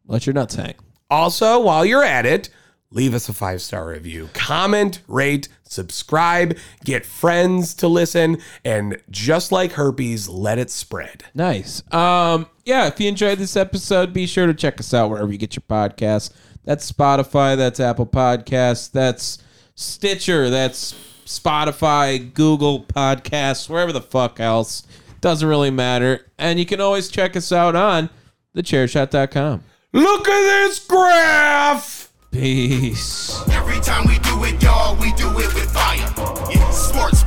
Speaker 3: Let your nuts hang.
Speaker 1: Also, while you're at it, leave us a five star review, comment, rate, subscribe, get friends to listen, and just like herpes, let it spread.
Speaker 3: Nice. Um, yeah, if you enjoyed this episode, be sure to check us out wherever you get your podcasts. That's Spotify, that's Apple Podcasts, that's Stitcher, that's Spotify, Google Podcasts, wherever the fuck else. Doesn't really matter. And you can always check us out on thechairshot.com.
Speaker 1: Look at this graph!
Speaker 3: Peace.
Speaker 2: Every time we do it, y'all, we do it with fire. Yeah, sports